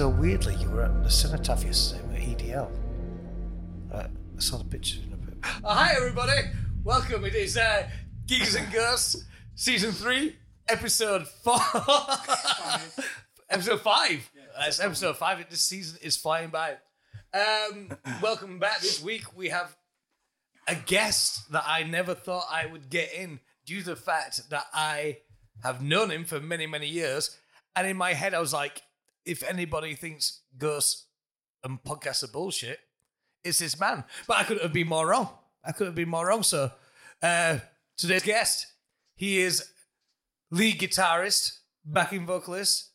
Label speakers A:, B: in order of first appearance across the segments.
A: Ridley, you were at the Cenotaph yesterday with E EDL. Uh, I saw the pictures in a bit.
B: Uh, hi, everybody. Welcome. It is uh, Gigs and Ghosts, Season 3, Episode 4. episode 5. That's episode 5. It- This season is flying by. Um, welcome back. This week we have a guest that I never thought I would get in due to the fact that I have known him for many, many years. And in my head, I was like, if anybody thinks ghosts and podcasts are bullshit, it's this man. But I couldn't have been more wrong. I couldn't have been more wrong. So uh, today's guest, he is lead guitarist, backing vocalist,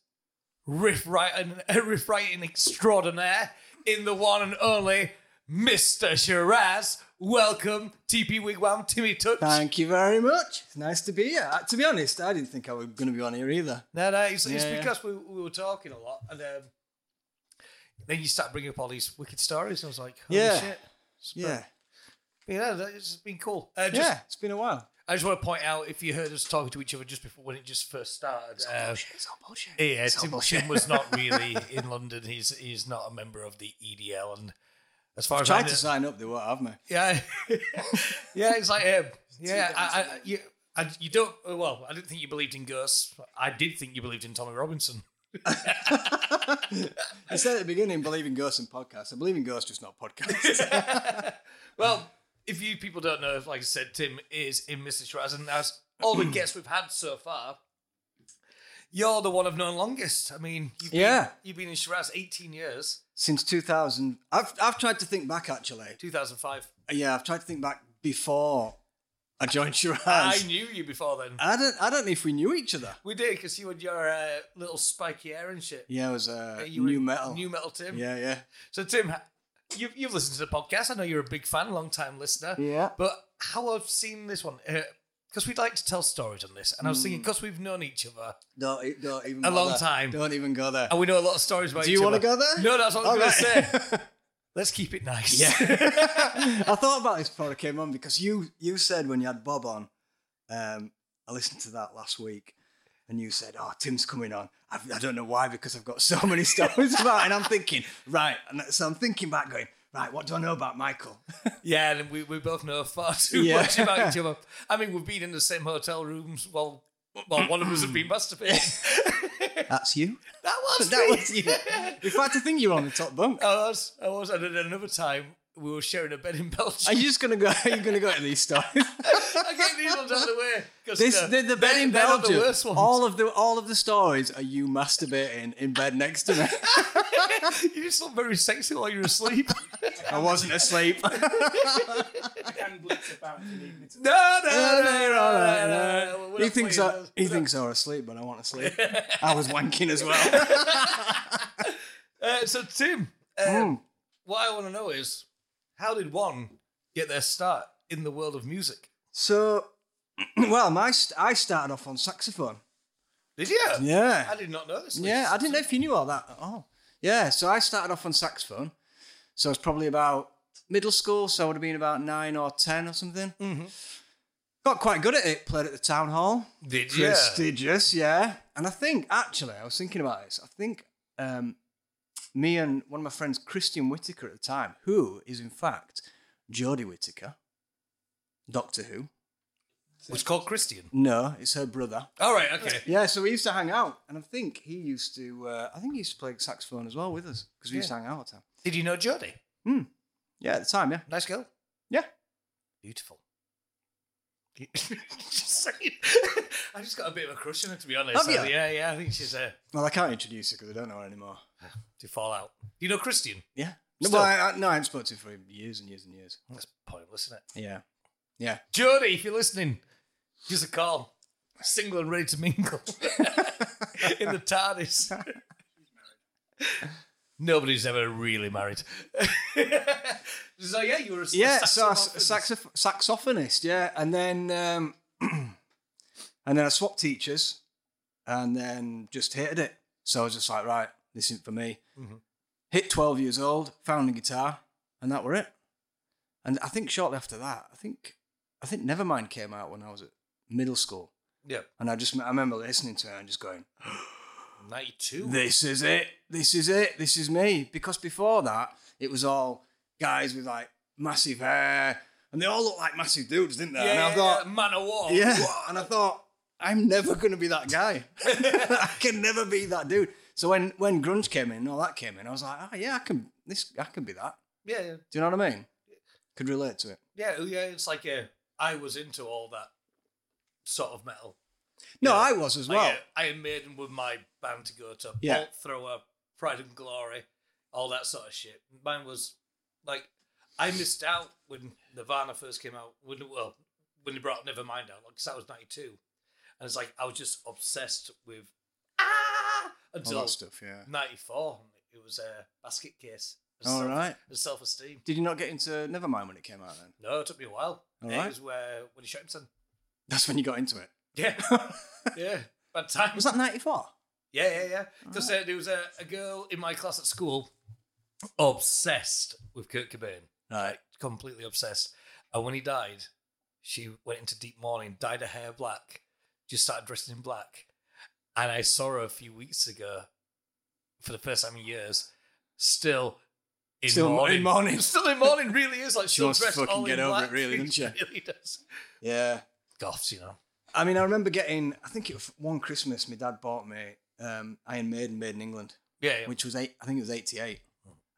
B: riff writing, riff writing extraordinaire in the one and only Mr. Shiraz. Welcome, TP Wigwam, Timmy Tooks.
C: Thank you very much. It's nice to be here. Uh, To be honest, I didn't think I was going to be on here either.
B: No, no, it's, it's
C: Yeah.
B: because we, we were talking a lot, and um, then you start bringing up all these wicked stories, and I was like, holy
C: Yeah.
B: shit.
C: Yeah,
B: Yeah, that- it's been cool. Uh, just,
C: yeah. It's been a while.
B: I just want to point out if you heard us talking to each other just before when it just first started. uh,
C: It's all bullshit.
B: Yeah,
C: It's all
B: Tim,
C: bullshit.
B: Tim was not really in London. He's he's not a member of the EDL, and as far as I
C: Tried
B: know,
C: to sign up, they won't have me.
B: yeah, yeah, it's like um, yeah, I, I, you, I, you don't. uh, Well, I didn't think you believed in ghosts. I did think you believed in Tommy Robinson.
C: I said at the beginning, believe in ghosts and podcasts. I believe in ghosts, just not podcasts.
B: Well, if you people don't know, like I said, Tim is in Mrs. Shiraz, and as all the guests we've had so far, you're the one I've known longest. I mean, you've been,
C: Yeah.
B: you've been in Shiraz 18 years,
C: Since 2000, I've, I've tried to think back actually.
B: 2005.
C: Yeah, I've tried to think back before I joined Shiraz.
B: I
C: I,
B: knew you before then.
C: don't, I don't know if we knew each other.
B: We did because you had your uh, little spiky hair and shit.
C: Yeah, it was uh,
B: You were
C: new metal.
B: New metal, Tim.
C: yeah, yeah.
B: So, Tim, you've, you've listened to the podcast. I know you're a big fan, long time listener.
C: Yeah.
B: But how I've seen this one, because we'd like to tell stories on this. And I was
C: Mm.
B: thinking, because we've known each other
C: Don't, e- don't even
B: a
C: go
B: long
C: there.
B: time,
C: Don't even go there.
B: and we know a lot of stories about
C: Do
B: each
C: you
B: other.
C: want to go there?
B: No, that's what I
C: All
B: was going to
C: right.
B: say. Let's keep it nice.
C: I thought about this before I came on because you you said when you had Bob on, um, I listened to that last week, and you said, "Oh, Tim's coming on." I've, I don't know why because I've got so many stories about, it. and I'm thinking, right, and so I'm thinking back, going, right, what do I know about Michael?
B: yeah, and we, we both know far too
C: Yeah.
B: much about each other. I mean, we've been in the same hotel rooms while, while one of us has been masturbating.
C: That's you.
B: That was
C: That
B: me.
C: was you. In fact, I think you were on the top bunk.
B: I was. I was. And then another time, we were sharing a bed in
C: Are
B: Belgium.
C: you just gonna go? Are you gonna go to these stories?
B: I get these ones out of the way. 'cause,
C: This
B: uh,
C: the, the bed
B: they're-
C: in
B: they're
C: Belgium.
B: The worst ones.
C: All of the all of the stories are you masturbating in bed next to me.
B: you just look very sexy while you're asleep.
C: I wasn't asleep.
D: and blitz about to leave me to
B: no, no, no, no,
C: No, no, no, no.
B: no, no.
C: He thinks I,
B: that.
C: he thinks I was asleep, but I want to sleep. I was wanking as well.
B: Uh, so Tim, uh,
C: Mm.
B: what I want to know is, how did one get their start in the world of music?
C: So, well, my st- I started off on saxophone.
B: Did you? I
C: Yeah,
B: did not know this.
C: yeah. I didn't know if you knew all that at all. Yeah, so I started off on saxophone. So I was probably about middle school. So I would have been about nine or ten or something.
B: Mhm.
C: Got quite good at it. Played at the town hall.
B: Did you?
C: prestigious, yeah. And I think actually, I was thinking about this. I think um, me and one of my friends, Christian Whitaker, at the time, who is in fact Jodie Whitaker, Doctor Who.
B: Was called Christian.
C: No, it's her brother.
B: All right. Okay.
C: Yeah, so we used to hang out, and I think he used to. Uh, I think he used to play saxophone as well with us because we used to hang out all the time.
B: Did you know Jodie?
C: Yeah, at the time, yeah,
B: Nice girl.
C: yeah.
B: Beautiful. just saying. I just got a bit of a crush on her, to be honest.
C: Have
B: Uh,
C: you?
B: Yeah, yeah. I think she's uh,
C: Well, I can't introduce her because I don't know her anymore.
B: to fall out. You know Christian?
C: Yeah. No,
B: Still.
C: well, I, I, no, I haven't spoken to her for years and years and years.
B: That's pointless, isn't it?
C: Yeah. Yeah.
B: Jodie, if you're listening, give us a call. Single and ready to mingle in the TARDIS. Nobody's ever really married. so yeah, you were a s-
C: yeah, so I-
B: saxophonist.
C: saxoph- saxophonist, yeah, and then um, and then I swapped teachers, and then just hated it. So I was just like, right, this isn't for me.
B: Mm-hmm.
C: Hit twelve years old, found a guitar, and that were it. And I think shortly after that, I think I think Nevermind came out when I was at middle school,
B: Yeah.
C: and I just I remember listening to it and just going,
B: 92.
C: this is it. This is it. This is me. Because before that, it was all guys with like massive hair, and they all looked like massive dudes, didn't they?
B: yeah,
C: and I
B: yeah,
C: thought,
B: yeah, man of war.
C: yeah. And I thought, I'm never going to be that guy. I can never be that dude. So when when grunge came in, and all that came in, I was like, oh yeah, I can this, I can be that.
B: yeah, yeah.
C: Do you know what I mean? Could relate to it.
B: Yeah, oh, yeah, it's like yeah, I was into all that sort of metal.
C: No,
B: Yeah.
C: I was as
B: Like,
C: well.
B: yeah, Iron Maiden were my band to go to.
C: Yeah.
B: Bolt Thrower, Pride and Glory, all that sort of shit. Mine was like I missed out when Nirvana first came out. When well, when they brought Nevermind out, because that was '92, and it's like I was just obsessed with ah
C: All
B: until
C: that stuff. Yeah.
B: '94. It was a basket case.
C: All right.
B: self esteem.
C: Did you not get into Nevermind when it came out then?
B: No, it took me a while.
C: All
B: it
C: right.
B: was where when he shot himself.
C: That's when you got into it.
B: Yeah, yeah. Bad time.
C: Was that 94?
B: Yeah, yeah, yeah. Because uh, there was a, a girl in my class at school obsessed with Kurt Cobain,
C: Right.
B: completely obsessed. And when he died, she went into deep mourning, dyed her hair black, just started dressing in black. And I saw her a few weeks ago for the first time in years, still in
C: Still in
B: mourning.
C: mourning.
B: Still in mourning, really is. Like, she'll
C: wants to
B: dress
C: fucking
B: all
C: get
B: in
C: over
B: black.
C: it, really, doesn't
B: She
C: she?
B: really does.
C: Yeah.
B: Goths, you know.
C: I mean, I remember getting, I think it was one Christmas, my dad bought me um, Iron Maiden Made in England,
B: Yeah, yeah.
C: which was eight, I think it was 88.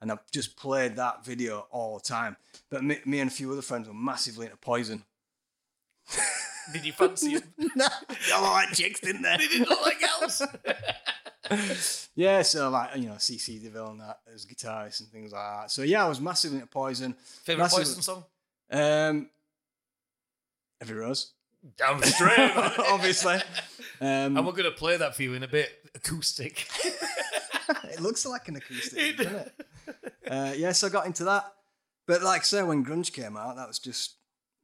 C: And I've just played that video all the time. But me, me and a few other friends were massively into poison.
B: Did you fancy him?
C: no, all right, chicks, didn't they?
B: Did not like else?
C: Yeah, so like you know, CC Deville and that as guitarist and things like that. So yeah, I was massively into Poison.
B: Favorite
C: Massive-
B: Poison song?
C: Um, Every Rose,
B: Down the stream.
C: obviously.
B: And
C: Um,
B: we're going to play that for you in a bit. Acoustic.
C: it looks like an acoustic,
B: It-
C: doesn't it? Uh, yeah, so I got into that. But like I say, when grunge came out, that was just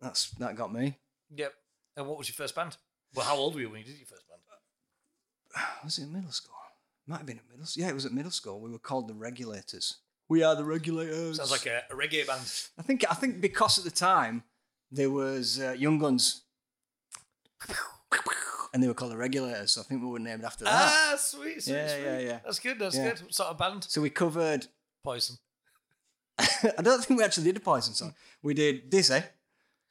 C: that's that got me.
B: yep. And what was your first band? Well, how old were you when you did your first band?
C: Was it in middle school? Might have been at middle. s- Yeah, it was at middle school. We were called the Regulators. We are the Regulators.
B: Sounds like a, a reggae band.
C: I think I think because at the time there was uh, Young Guns, and they were called the Regulators. So I think we were named after that.
B: Ah, sweet, sweet,
C: Yeah,
B: sweet.
C: yeah, yeah.
B: That's good, that's
C: Yeah.
B: good. What sort of band?
C: So we covered.
B: Poison.
C: I don't think we actually did a Poison song. We did Dizzy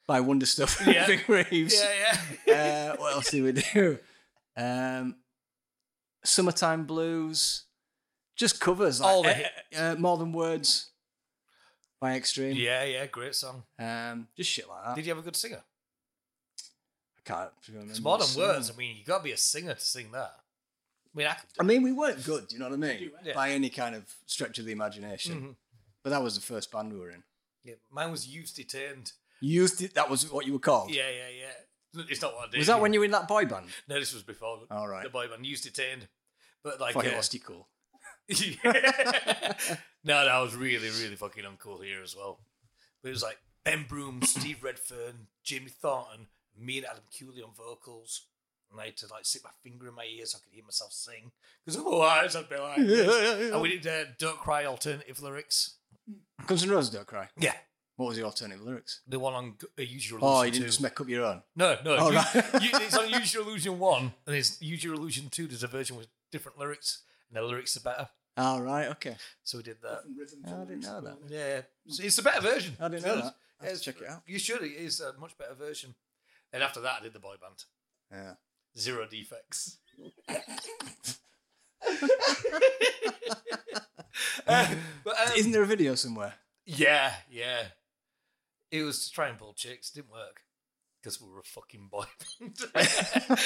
C: by Wonderstuff and
B: Yeah.
C: Big Reeves.
B: Yeah, yeah.
C: Uh, what else did we do? Um, Summertime Blues. Just covers like
B: All the
C: eh,
B: hit-
C: eh, uh, More Than Words by Extreme.
B: yeah, yeah, great song.
C: Um, just shit like that.
B: Did you have a good singer?
C: I can't remember.
B: It's more than
C: the
B: words.
C: song.
B: I mean, you got to be a singer to sing that. I mean, I could.
C: I mean, we weren't good, you know what I mean?
D: You were.
B: Yeah.
C: By any kind of stretch of the imagination.
B: Mhm.
C: But that was the first band we were in.
B: Yeah, mine was Youth Detained.
C: You used it, that was what you were called?
B: Yeah, yeah, yeah. It's not what I did.
C: Was that when you were in that boy band?
B: No, this was before.
C: All right.
B: The boy band used detained, but like,
C: Fuck it,
B: uh,
C: lost your cool.
B: no, no, I was really, really fucking uncool here as well. But it was like Ben Broom, Steve Redfern, Jimmy Thornton, me and Adam Cooley on vocals. And I had to like stick my finger in my ear so I could hear myself sing because otherwise I'd be like, this. and we did uh, "Don't Cry" alternative lyrics.
C: Guns N' Roses, don't cry.
B: Yeah,
C: What was the alternative lyrics?
B: the one on uh, Use Your Illusion.
C: Oh, you didn't
B: 2.
C: just make up your own.
B: No, no.
C: Oh,
B: you-
C: right.
B: you- it's on Use Your Illusion 1, and it's Use Your Illusion 2. There's a version with different lyrics, and the lyrics are better.
C: All right, okay.
B: So we did that.
D: Rhythm
C: I didn't know that.
B: Yeah, it's, it's a better version.
C: I didn't
B: to be
C: know
B: honest.
C: that. I have
B: It's-
C: to check it out.
B: You should. It is a much better version. And after that, I did the boy band.
C: Yeah.
B: Zero defects. Uh, but, um,
C: Isn't there a video somewhere?
B: yeah, yeah. It was to try and pull chicks. Didn't work. Because we were a fucking boy band.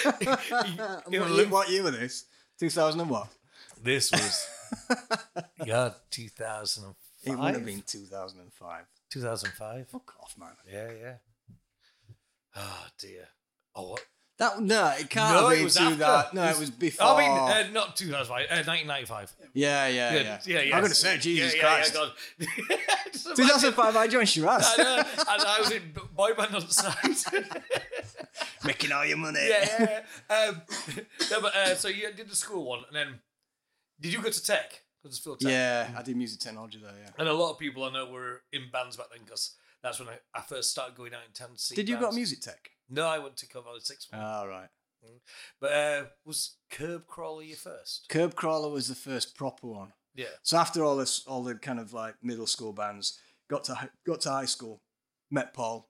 C: what,
B: You- you
C: year- what year was this? 2000 and what?
B: This was God, 2005.
C: It would have been 2005.
B: 2005.
C: Fuck off, man.
B: Yeah, yeah. Oh dear. Oh, what?
C: That no, it can't
B: No,
C: have
B: it
C: been
B: was
C: two
B: after.
C: that. No,
B: It
C: it
B: was-
C: was before.
B: I mean, uh, not 2005. Uh, 1995.
C: yeah, yeah,
B: Yeah,
C: yeah,
B: yeah, yeah.
C: I'm gonna say Jesus
B: yeah,
C: Christ.
B: Yeah, yeah, God. Just imagine-
C: 2005, I joined Shiraz.
B: I know, and I was in boy band on the side.
C: Making all your money.
B: yeah, yeah. Um, no, but, uh, so you did the school one, and then did you go to tech? Huddersfield Tech.
C: Yeah, I did music technology though. Yeah.
B: And a lot of people I know were in bands back then because that's when I, I first started going out in town to see.
C: Did you go
B: bands.
C: to music tech?
B: No, I went to Coventry Six.
C: All right.
B: But uh, was Curb Crawler your first?
C: Curb Crawler was the first proper one.
B: Yeah.
C: So after all this, all the kind of like middle school bands, got to hi- got to high school, met Paul,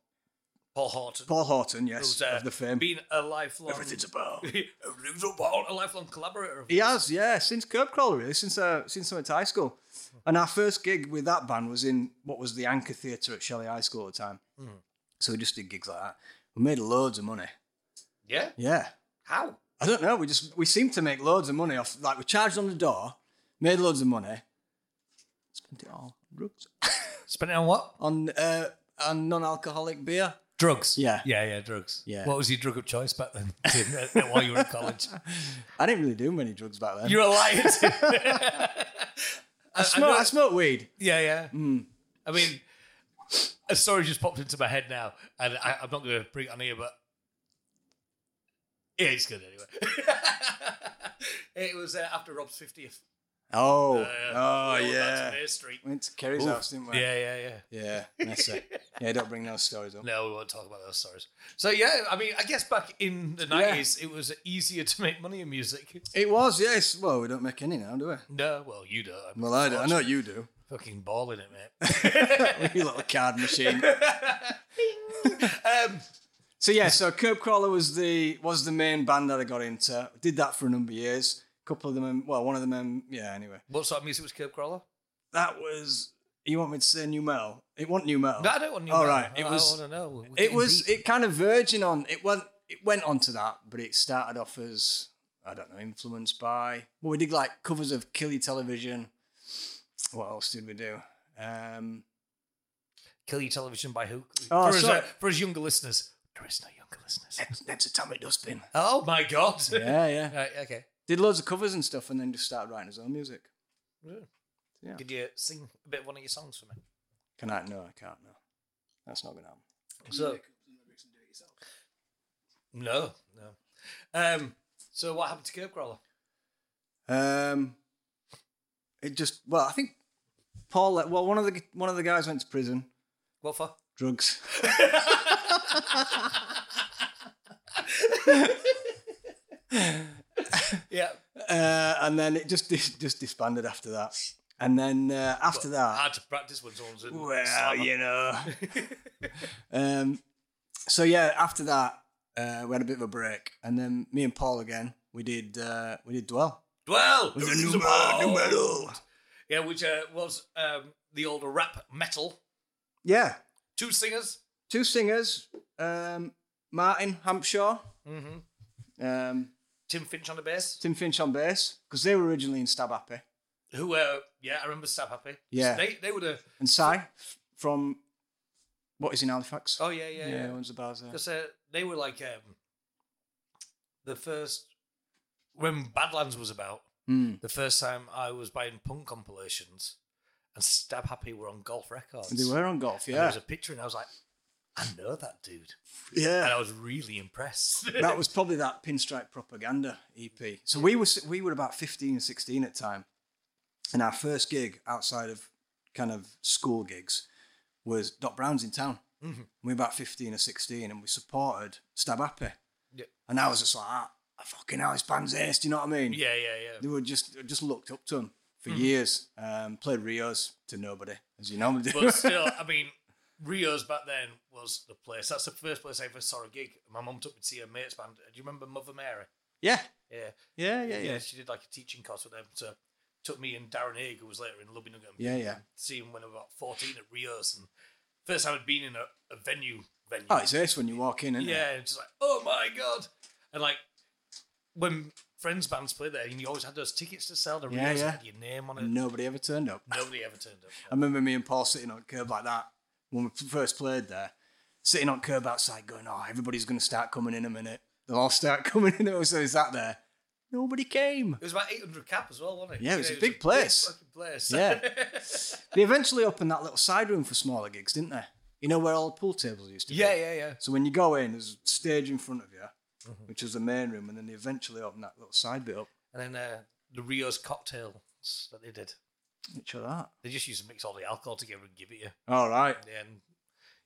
B: Paul Horton.
C: Paul Horton, yes,
B: who's, uh,
C: of the fame.
B: Been a lifelong.
C: Everything's a Paul.
B: Everything's a Paul, a lifelong collaborator. Of
C: He has, yeah, since Curb Crawler, really, since uh, since I went to high school. And our first gig with that band was in what was the Anchor Theatre at Shelley High School at the time. So we just did gigs like that. We made loads of money.
B: Yeah.
C: Yeah,
B: How?
C: I don't know. We just we seemed to make loads of money off. Like we charged on the door, made loads of money, spent it all on drugs,
B: Spent it on what?
C: on uh, on non-alcoholic beer.
B: Drugs.
C: Yeah.
B: Yeah, yeah, drugs.
C: Yeah.
B: What was your drug of choice back then Tim, uh, while you were in college?
C: I didn't really do many drugs back then.
B: You're a liar. Tim.
C: I, smoke, I, smoked weed.
B: Yeah, yeah.
C: Hmm.
B: I mean, a story just popped into my head now, and I, I'm not going to bring it on here, but yeah, it's good anyway. it was uh, after Rob's 50th.
C: Oh,
B: Uh,
C: oh
B: we all went back
C: yeah.
B: To Main Street.
C: Went to Kerry's house, didn't we?
B: Yeah, yeah, yeah.
C: Yeah, that's it. Yeah, don't bring those stories up.
B: No, we won't talk about those stories. So yeah, I mean, I guess back in the nineties, it was easier to make money in music.
C: It was, yes. Well, we don't make any now, do we?
B: No, well, you don't. I'm
C: Well, I, do. I know you do.
B: fucking balling it, mate.
C: you little card machine.
B: Um,
C: So yeah, so Curb Crawler was the was the main band that I got into. Did that for a number of years. A couple of them, well, one of them, um, yeah. Anyway,
B: what sort of music was Curb Crawler?
C: that was. You want me to say new metal? It wasn't new metal.
B: No, I don't want to know.
C: All right, it
B: I,
C: was-
B: I want to know. We're
C: it
B: getting
C: was.
B: deep.
C: It kind of verging on. It went. It went on to that, but it started off as I don't know, influenced by. Well, we did like covers of Kill Your Television. What else did we do? Um,
B: Kill Your Television by who?
C: Oh,
B: for, us,
C: sorry.
B: uh, for us younger listeners. There is no younger listeners.
C: that's Atomic Dustbin.
B: Oh my god.
C: Yeah, yeah.
B: Right, okay.
C: Did loads of covers and stuff, and then just started writing his own music. Yeah.
B: Could you sing a bit of one of your songs for me?
C: Can I? No, I can't. No, that's not gonna happen.
B: So, no, no. Um, so what happened to Curb Crawler?
C: Um, it just well, I think Paul. let- Well, one of the one of the guys went to prison,
B: What for?
C: drugs.
B: Yeah.
C: Uh, and then it just dis- just disbanded after that. And then uh, after that,
B: Hard to practice when someone's in.
C: well, you know. um, so yeah, after that, uh, we had a bit of a break, and then me and Paul again, we did uh, we did dwell.
B: Well,
C: It was a new metal, new metal.
B: Yeah, which uh, was um, the older rap metal.
C: Yeah,
B: Two singers.
C: two singers, um, Martin Hampshaw,
B: Mm-hmm.
C: um,
B: Tim Finch on the bass.
C: Tim Finch on bass, because they were originally in Stab Happy,
B: Who were, yeah, I remember Stab Happy.
C: Yeah.
B: They, they uh, were the,
C: and Cy from what is in Halifax.
B: oh, yeah, yeah,
C: yeah,
B: yeah.
C: owns the bars there.
B: Because uh, they were like um, the first when Badlands was about.
C: Mm.
B: The first time I was buying punk compilations, and Stab Happy were on Golf Records.
C: They were on golf,
B: And there
C: yeah,
B: was a picture, and I was like, I know that dude,
C: yeah.
B: and I was really impressed.
C: that was probably that pinstripe propaganda EP. So we were we were about 15 and 16 at the time. And our first gig outside of kind of school gigs was Doc Brown's in town.
B: Mm-hmm.
C: We were about 15 or 16 and we supported Stab Happy.
B: Yeah.
C: And I was just like, ah, fucking hell, this band's ace, do you know what I mean?
B: yeah, Mm-hmm. yeah,
C: They were just I just looked up to him for years. Um, played Rios to nobody, as you normally do.
B: yeah. But still, I mean, Rio's back then was the place. That's the first place I ever saw a gig. My mum took me to see her mate's band. Do you remember Mother Mary?
C: yeah.
B: Yeah.
C: Yeah, yeah,
B: yeah,
C: yeah.
B: she did like a teaching course with them. So took me and Darren Haig, who was later in Lubinugam.
C: Yeah, yeah.
B: See him when I was about fourteen at Rio's, and first time I'd been in a, a venue venue.
C: Oh, it's ace when you walk in, isn't it?
B: yeah, and just like oh my god, and like when friends bands play there, and you always had those tickets to sell. The Rio's
C: Yeah, yeah.
B: had your name on it.
C: Nobody ever turned up.
B: Nobody ever turned
C: I
B: up.
C: remember me and Paul sitting on curb like that when we first played there, sitting on curb outside, going, "Oh, everybody's going to start coming in a minute. They'll all start coming in." So is that there? Nobody came.
B: It was about eight hundred cap as well, wasn't it?
C: Yeah, it was a
B: You know,
C: big place.
B: fucking place.
C: Yeah. They eventually opened that little side room for smaller gigs, didn't they? You know where all the pool tables used to be.
B: yeah, Mm-hmm. yeah, yeah.
C: So when you go in, there's a stage in front of you, which was the main room, and then they eventually opened that little side bit up.
B: And then uh, the Rio's cocktails that they did.
C: Which are that?
B: They just used to mix all the alcohol together and give it you.
C: All right.
B: and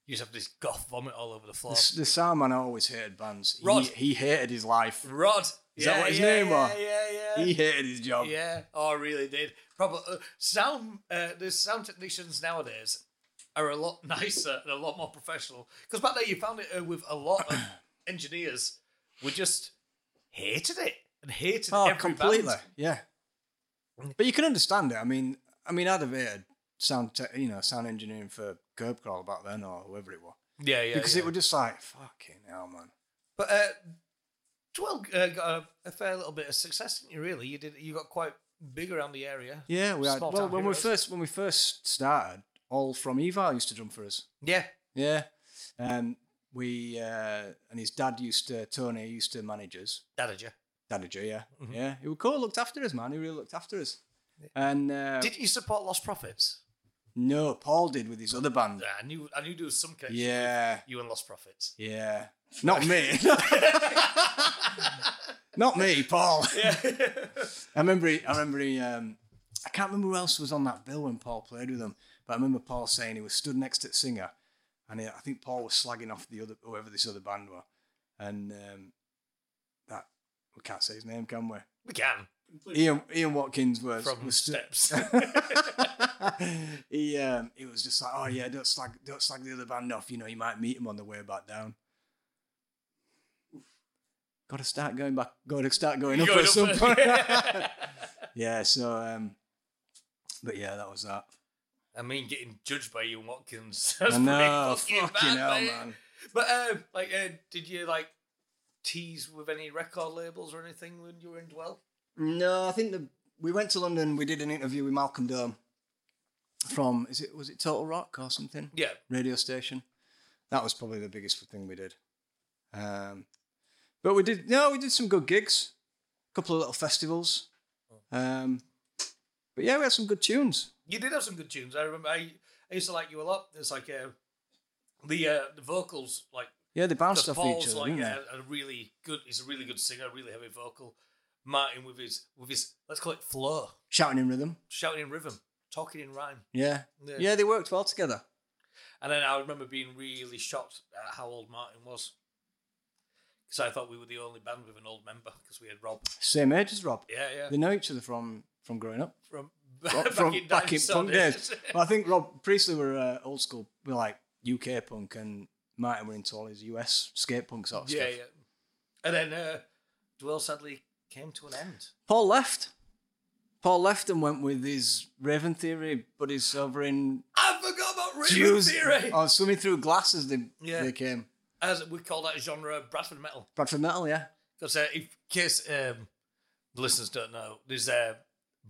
B: You just have this goth vomit all over the floor.
C: The, the sound man I always hated bands.
B: Rod.
C: He, he hated his life.
B: Rod.
C: Is that what his name
B: yeah,
C: was?
B: Yeah, yeah.
C: He hated his job.
B: Yeah, oh, I really did. Probably uh, sound. Uh, the sound technicians nowadays are a lot nicer and a lot more professional. Because back there, you found it uh, with a lot of engineers were just hated it and hated
C: Oh,
B: every
C: completely.
B: band.
C: Yeah. But you can understand it. I mean, I mean, I'd have hated sound, te- you know, sound engineering for Curb Crawl back then or whoever it was,
B: Yeah, yeah.
C: because
B: yeah.
C: it was just like fucking hell, man.
B: But uh, Dwell uh, got a, a fair little bit of success, didn't you? Really, you did. You got quite big around the area.
C: Yeah, we had.
B: Small
C: Well,
B: town
C: when we
B: heroes.
C: first when we first started, all from Eval used to drum for us.
B: Yeah,
C: Yeah. Um, we uh, and his dad used to Tony used to manage us.
B: that'd you.
C: Daddy G, yeah, yeah. He was cool. Looked after us, man. He really looked after us. And uh,
B: Didn't you support Lost Profits?
C: no, Paul did with his other band.
B: Yeah, I knew. I knew there was some connection.
C: Yeah,
B: You and Lost Profits.
C: yeah. Not me. Not me, Paul. I remember. He, I remember. He, um, I can't remember who else was on that bill when Paul played with them, but I remember Paul saying he was stood next to the singer, and he, I think Paul was slagging off the other whoever this other band were, and um, that we can't say his name, can we?
B: We can
C: Ian Ian Watkins was
B: from
C: was stu-
B: steps.
C: he um, he was just like, oh yeah, don't slag don't slag the other band off. You know, you might meet him on the way back down. Got to start going back. Got to start going up
B: Going
C: at
B: up
C: some
B: at-
C: point. yeah. So, um, but yeah, that was that.
B: I mean, getting judged by you, Watkins. That's
C: I know,
B: pretty
C: oh, fucking,
B: fucking, bad,
C: hell,
B: mate.
C: man.
B: But um, like, uh, did you like tease with any record labels or anything when you were in Dwell?
C: No, I think the, we went to London. We did an interview with Malcolm Dome from is it was it Total Rock or something?
B: Yeah,
C: radio station. That was probably the biggest thing we did. Um, but we did no, we did some good gigs, a couple of little festivals. Um, but yeah, we had some good tunes.
B: you did have some good tunes. I remember. I, I used to like you a lot. It's like uh, the uh, the vocals, like
C: Yeah, they bounced
B: the
C: off each
B: Paul's
C: other.
B: like
C: didn't
B: a,
C: they?
B: a really good. He's a really good singer, really heavy vocal. Martin with his with his let's call it flow,
C: Shouting in rhythm.
B: shouting in rhythm, talking in rhyme.
C: Yeah. yeah,
B: Yeah.
C: they worked well together.
B: And then I remember being really shocked at how old Martin was. Because I thought we were the only band with an old member because we had Rob.
C: Same age as Rob.
B: Yeah, yeah.
C: They know each other from from growing up.
B: From,
C: From
B: back,
C: from
B: in
C: back in punk
B: Dinosaur
C: days. But I think Rob Priestley were uh, old school, were like UK punk, and Martin were into all his US skate punk sort of
B: yeah,
C: stuff.
B: yeah. And then uh, Dwell sadly came to an end.
C: Paul left. Paul left and went with his Raven Theory buddies over in
B: I forgot about Raven
C: Jews.
B: Theory!
C: Oh, swimming through glass as they,
B: Yeah.
C: they came.
B: As we call that genre Bradford metal.
C: Bradford Metal, yeah.
B: Because uh, in case um, the listeners don't know, there's uh,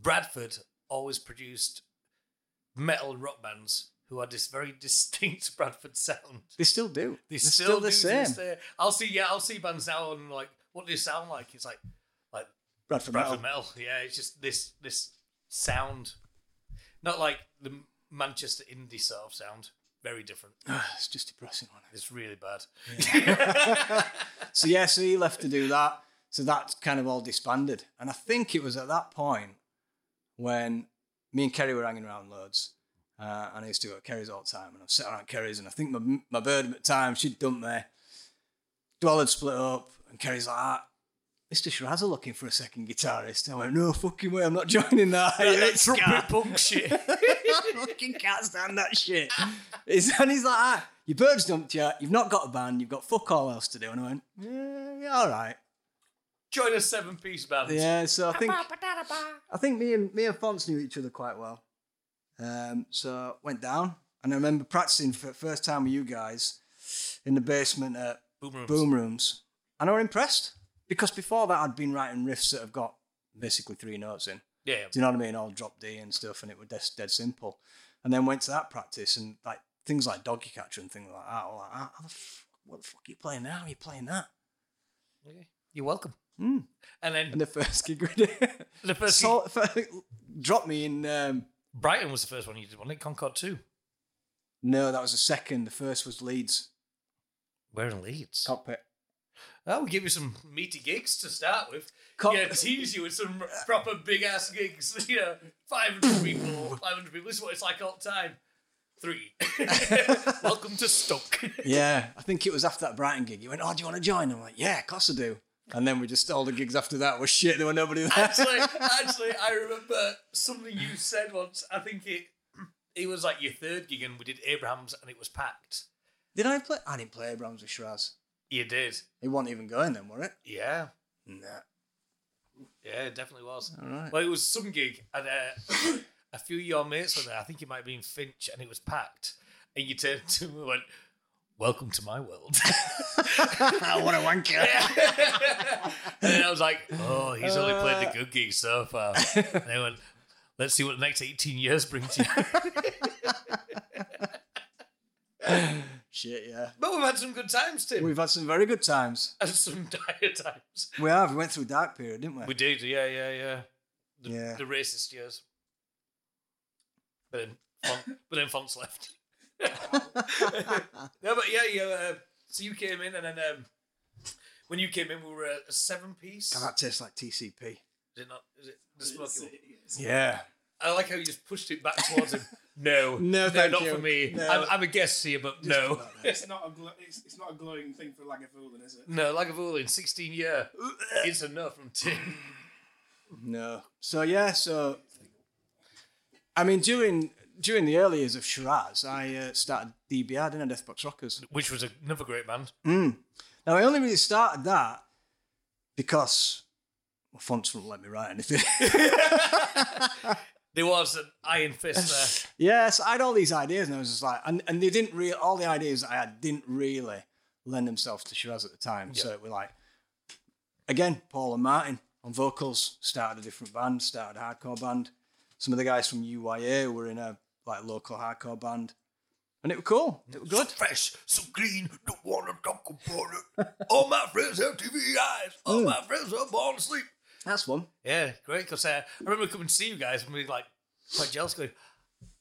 B: Bradford always produced metal rock bands who had this very distinct Bradford sound.
C: They still do.
B: They
C: They're
B: still,
C: the
B: do
C: same.
B: this there. I'll see. Yeah, I'll see bands now and like what do they sound like. It's like like
C: Bradford,
B: Bradford
C: Metal.
B: metal. Yeah, it's just this this sound, not like the Manchester indie sort of sound. Very different.
C: Ah, it's just depressing, wasn't
B: It's really bad.
C: it? So, yeah, so he left to do that. So that's kind of all disbanded. And I think it was at that point when me and Kerry were hanging around loads. Uh, and I used to go to Kerry's all the time. And I was sitting around Kerry's. And I think my, my bird at the time, she'd dumped me. Dwell had split up. And Kerry's like, ah, Mr. Shiraz are looking for a second guitarist. I went, no fucking way, I'm not joining that. I hate
B: That
C: ska."
B: trumpet punk shit.
C: I fucking can't stand that shit. It's- and he's like, ah, your bird's dumped you. You've not got a band. You've got fuck all else to do. And I went, yeah, yeah all right.
B: Join a seven piece band.
C: Yeah, so I think I think me and me and Fonts knew each other quite well. Um, so went down, and I remember practicing for the first time with you guys in the basement at
B: Boomerang.
C: Boom Rooms, and I was impressed because before that I'd been writing riffs that have got basically three notes in.
B: Yeah.
C: Do you know what I mean? All drop D and stuff, and it was just dead simple. And then went to that practice and like things like Doggy Catcher and things like that. I was like, ah, how the f- what the fuck are you playing now? Are you playing that?
B: You're welcome.
C: Mm.
B: And then
C: And the first gig we did,
B: the first
C: so, dropped me in. Um,
B: Brighton was the first one you did, wasn't it? Concord two.
C: no, that was the second. The first was Leeds
B: We're in Leeds.
C: cockpit.
B: That would give you some meaty gigs to start with.
C: Cop-
B: yeah, tease you with some proper big ass gigs. You know, 500 people, 500 people. This is what it's like all the time. three. Welcome to Stoke.
C: Yeah, I think it was after that Brighton gig. He went, "Oh, do you want to join?" I'm like, "Yeah, of course I do." And then we just all the gigs after that were shit. There were nobody there.
B: actually, actually, I remember something you said once. I think it it was like your third gig, and we did Abrahams, and it was packed.
C: Did I play? I didn't play Abrams with Shiraz.
B: You did,
C: It wasn't even going then, were it?
B: yeah,
C: Nah.
B: yeah, it definitely was.
C: All right.
B: Well, it was some gig, and uh, a few of your mates were there. I think it might have been Finch, and it was packed. And you turned to me and went, "Welcome to my world."
C: I want a wanker.
B: and then I was like, "Oh, he's only played the good gigs so far." And they went, "Let's see what the next eighteen years brings you."
C: Shit, yeah.
B: but we've had some good times, Tim.
C: We've had some very good times.
B: and some dire times.
C: We have. We went through a dark period, didn't we?
B: We did, yeah, yeah, yeah. The,
C: Yeah.
B: the racist years. But then, Fon- but then Fonts left. no, but yeah, yeah. Uh, so you came in, and then um, when you came in, we were a, a seven piece.
C: God, that tastes like TCP.
B: Is it not? Is it the smoky one?
C: Yeah.
B: I like how you just pushed it back towards him. No,
C: No, thank
B: not
C: you.
B: for me.
C: No.
B: I'm, I'm a guest here, but no,
D: It's not a glo- it's, it's not a glowing thing for Lagavulin, is it?
B: no. Like I've all in 16 year, it's a no from Tim.
C: No. So yeah. So I mean, during during the early years of Shiraz, I uh, started DBR, didn't I? Deathbox Rockers.
B: which was another great band.
C: Now I only really started that because well, Fonts wouldn't let me write anything.
B: There was an Iron Fist there.
C: yes, I had all these ideas, and I was just like, and, and they didn't really all the ideas that I had didn't really lend themselves to Shiraz at the time. So it were like, again, Paul and Martin on vocals started a different band, started a hardcore band. Some of the guys from UYA were in a like local hardcore band, and it were cool. It were good.
B: So fresh, so clean, don't wanna talk about it. All my friends have TV eyes. All my friends are falling asleep.
C: That's one.
B: Hmm. Yeah, great. Because uh, I remember coming to see you guys and we were like quite jealous, going,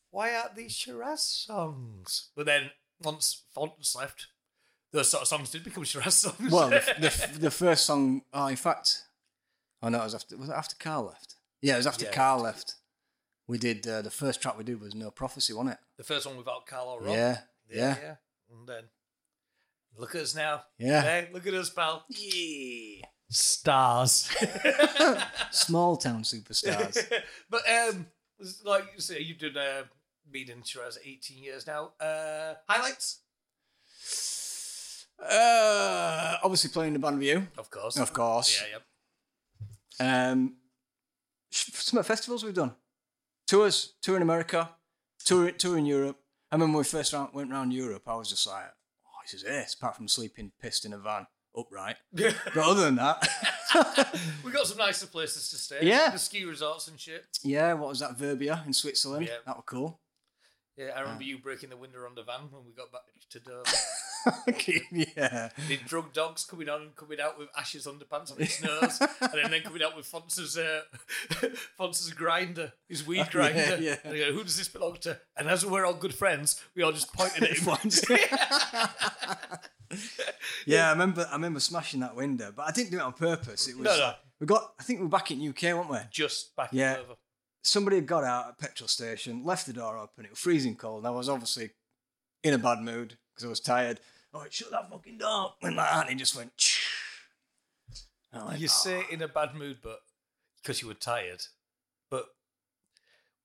B: "Why aren't these Shiraz songs?" But then once Fonts left, those sort of songs did become Shiraz songs.
C: Well, the, the, the first song. Oh, in fact, oh no, it was after. Was it after Carl left? Yeah, it was after
B: Yeah.
C: Carl left. We did uh, the first track we did was No Prophecy, wasn't it?
B: the first one without Carl or Rob.
C: Yeah, yeah,
B: yeah, yeah. And then look at us now.
C: Yeah.
B: Hey, look at us, pal. Stars.
C: Small town superstars.
B: but um, like you say, you've done uh, been in Shiraz 18 years now. Uh, highlights,
C: uh, obviously playing the band View,
B: of course.
C: of course.
B: Yeah, yeah.
C: Um, sh- some of the festivals we've done, tours, tour in America, tour tour in Europe. I remember when we first round, went round Europe, I was just like, "Oh, this is this." Apart from sleeping pissed in a van upright, but other than that.
B: We got some nicer places to stay.
C: Yeah.
B: the ski resorts and shit.
C: Yeah, what was that? Verbia in Switzerland.
B: Yeah.
C: That were cool.
B: Yeah, I remember you breaking the window on the van when we got back to Dover.
C: yeah.
B: the drug dogs coming on and coming out with ashes underpants on his nose, and then, then coming out with Fonz's uh, Fonz's grinder, his weed grinder.
C: Oh, yeah.
B: And they go, "Who does this belong to?" And as we're all good friends, we all just pointed at him.
C: yeah, I remember I remember smashing that window, but I didn't do it on purpose. It was
B: No, no.
C: we got I think we were back in UK, weren't we?
B: just back
C: Yeah.
B: over.
C: Somebody had got out at a petrol station, left the door open, it was freezing cold, and I was obviously in a bad mood because I was tired. Oh, shut that fucking door. Went like that, and it just went And I went,
B: You
C: "Oh."
B: say in a bad mood, but because you were tired, but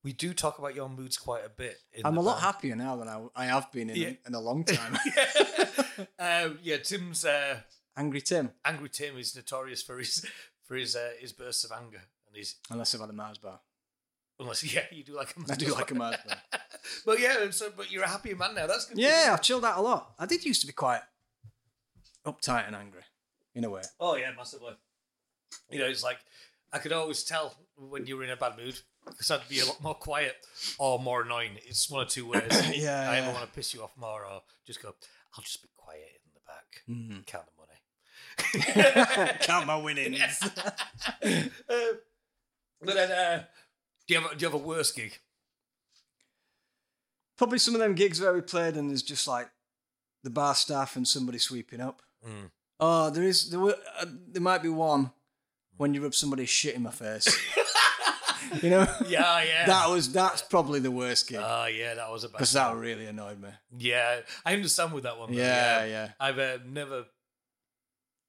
B: we do talk about your moods quite a bit. In
C: I'm
B: the
C: a lot
B: band.
C: happier now than I, I have been in,
B: Yeah.
C: in a long time.
B: Um, yeah, Tim's uh,
C: Angry Tim,
B: angry. Tim is notorious for his for his uh, his bursts of anger and his
C: unless I've had a Mars bar.
B: unless yeah, you do like him.
C: I do like a Mars bar.
B: But yeah, and so but you're a happier man now. That's good.
C: Yeah, I've chilled out a lot. I did used to be quite uptight and angry, in a way.
B: Oh yeah, massively. You know, it's like I could always tell when you were in a bad mood because I'd be a lot more quiet or more annoying. It's one or two ways.
C: Yeah,
B: I
C: yeah.
B: ever want to piss you off more or just go. I'll just be quiet in the back,
C: Mm.
B: count the money.
C: Count my winnings.
B: Uh, but then, uh, do you have a, do you have a worse gig?
C: Probably some of them gigs where we played and there's just like the bar staff and somebody sweeping up.
B: Mm.
C: Oh, there is there were uh, there might be one when you rub somebody's shit in my face. You know,
B: Yeah, yeah.
C: that was that's probably the worst gig
B: Oh, yeah, that was a bad.
C: because that really annoyed me.
B: Yeah, I understand with that one. though,
C: Yeah, yeah.
B: I've uh, never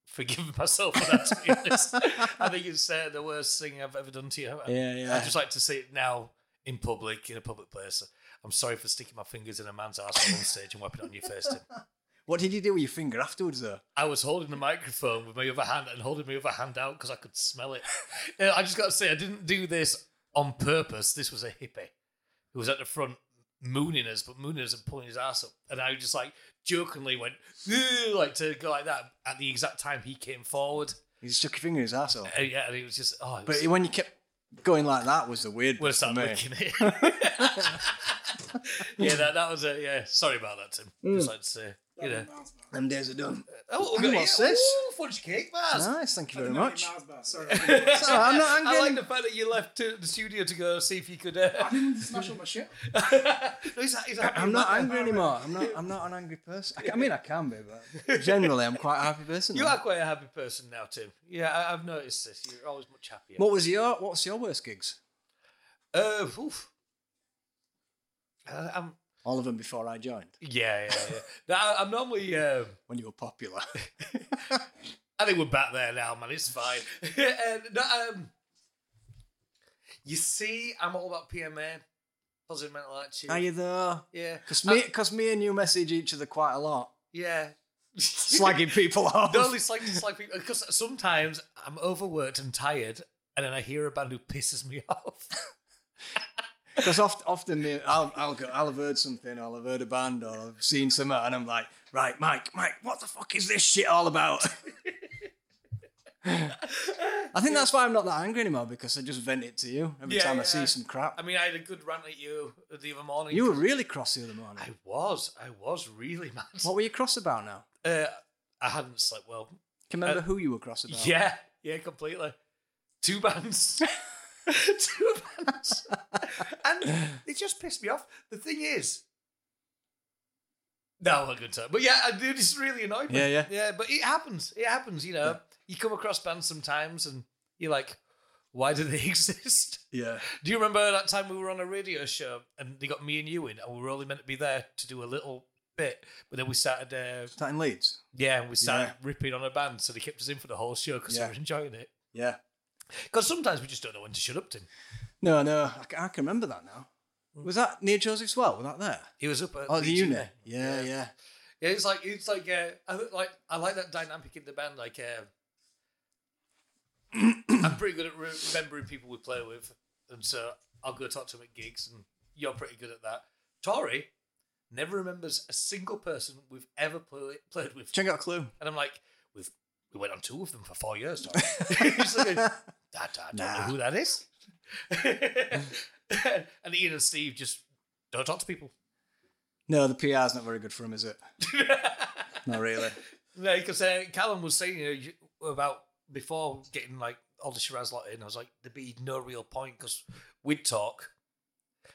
B: forgiven myself for that. To be honest, I think it's uh, the worst thing I've ever done to you. I,
C: Yeah,
B: I
C: yeah.
B: just like to say it now in public, in a public place. I'm sorry for sticking my fingers in a man's ass on stage and wiping it on your face. Tim.
C: What did you do with your finger afterwards, though?
B: I was holding the microphone with my other hand and holding my other hand out because I could smell it. You know, I just got to say, I didn't do this on purpose. This was a hippie who was at the front mooning us, but mooning us and pulling his ass up. And I just like jokingly went, "Ew," like to go like that at the exact time he came forward.
C: You stuck your finger in his asshole.
B: And yeah, and it was just, oh, it
C: But
B: was,
C: when you kept going like that, was the weird.
B: we'll
C: bit for
B: start
C: me.
B: looking at it. yeah, that, that was a, yeah, sorry about that, Tim.
C: Mm.
B: Just like to say, you know.
C: Them days are done.
B: Oh,
C: Hey, what's this?
B: Ooh, fudge cake, man.
C: Nice, thank you very
D: Not
C: much.
D: in Mars bar, sorry. I
C: So I'm not angry.
B: I like the fact that you left to the studio to go see if you could. Uh...
D: didn't smash all my shit.
B: No, he's- he's happy
C: I'm not
B: about it.
C: angry anymore. I'm not. I'm not an angry person. I, ca- I mean, I can be, but generally, I'm quite a happy person.
B: You
C: now.
B: are quite a happy person now, Tim. Yeah, I, I've noticed this. You're always much happier.
C: What was your What was your worst gigs?
B: Uh, oof. Uh, I'm,
C: All of them before I joined,
B: yeah, yeah, yeah. no, I- I'm normally. Um,
C: when you were popular.
B: I think we're back there now, man. It's fine. And, no, um, you see, I'm all about PMA, positive mental attitude.
C: are you though?
B: yeah,
C: Because
B: I-
C: me, because me and you message each other quite a lot,
B: yeah.
C: slagging people off.
B: No, it's like it's like because sometimes I'm overworked and tired, and then I hear a band who pisses me off.
C: Because oft, often me, I'll, I'll go, I'll have heard something, I'll have heard a band, or I've seen something, and I'm like, right, Mike, Mike, what the fuck is this shit all about? I think that's why I'm not that angry anymore because I just vent it to you every
B: Yeah,
C: time I
B: yeah.
C: see some crap.
B: I mean, I had a good rant at you the other morning.
C: you were really cross the other morning.
B: I was, I was really mad.
C: What were you cross about now?
B: Uh, I hadn't slept well.
C: Can you remember who you were cross about?
B: Yeah, yeah, completely. Two bands. Two bands. and they just pissed me off. The thing is, no, a good time. But yeah, I- it just really annoyed me.
C: Yeah, yeah.
B: Yeah, but it happens. It happens, you know. You come across bands sometimes and you're like, why do they exist?
C: Yeah.
B: Do you remember that time we were on a radio show and they got me and you in and we were only meant to be there to do a little bit, but then we started uh,
C: Is that in Leeds?
B: yeah, and we started
C: Yeah.
B: ripping on a band, so they kept us in for the whole show because
C: Yeah.
B: we were enjoying it.
C: Yeah.
B: Because sometimes we just don't know when to shut up. Tim,
C: No, no, I, ca- I can remember that now. Was that near Joseph's Well? Was that there?
B: he was up at
C: Oh, the
B: Leeds
C: unit. Hmm. Yeah, yeah.
B: Yeah, it's like it's like uh, I think, like I like that dynamic in the band. Like uh, I'm pretty good at re- remembering people we play with, and so I'll go talk to them at gigs, and you're pretty good at that. Tori never remembers a single person we've ever play- played with,
C: Check out Clue.
B: and I'm like, we've we went on tour with them for four years. Tori." She's like, I, I don't know
C: Nah.
B: who that is. and Ian and Steve just don't talk to people.
C: No, the PR's not very good for him, is it? not really.
B: No, because uh, Callum was saying you know, you- about before getting like all the Shiraz lot in, I was like, there'd be no real point because we'd talk.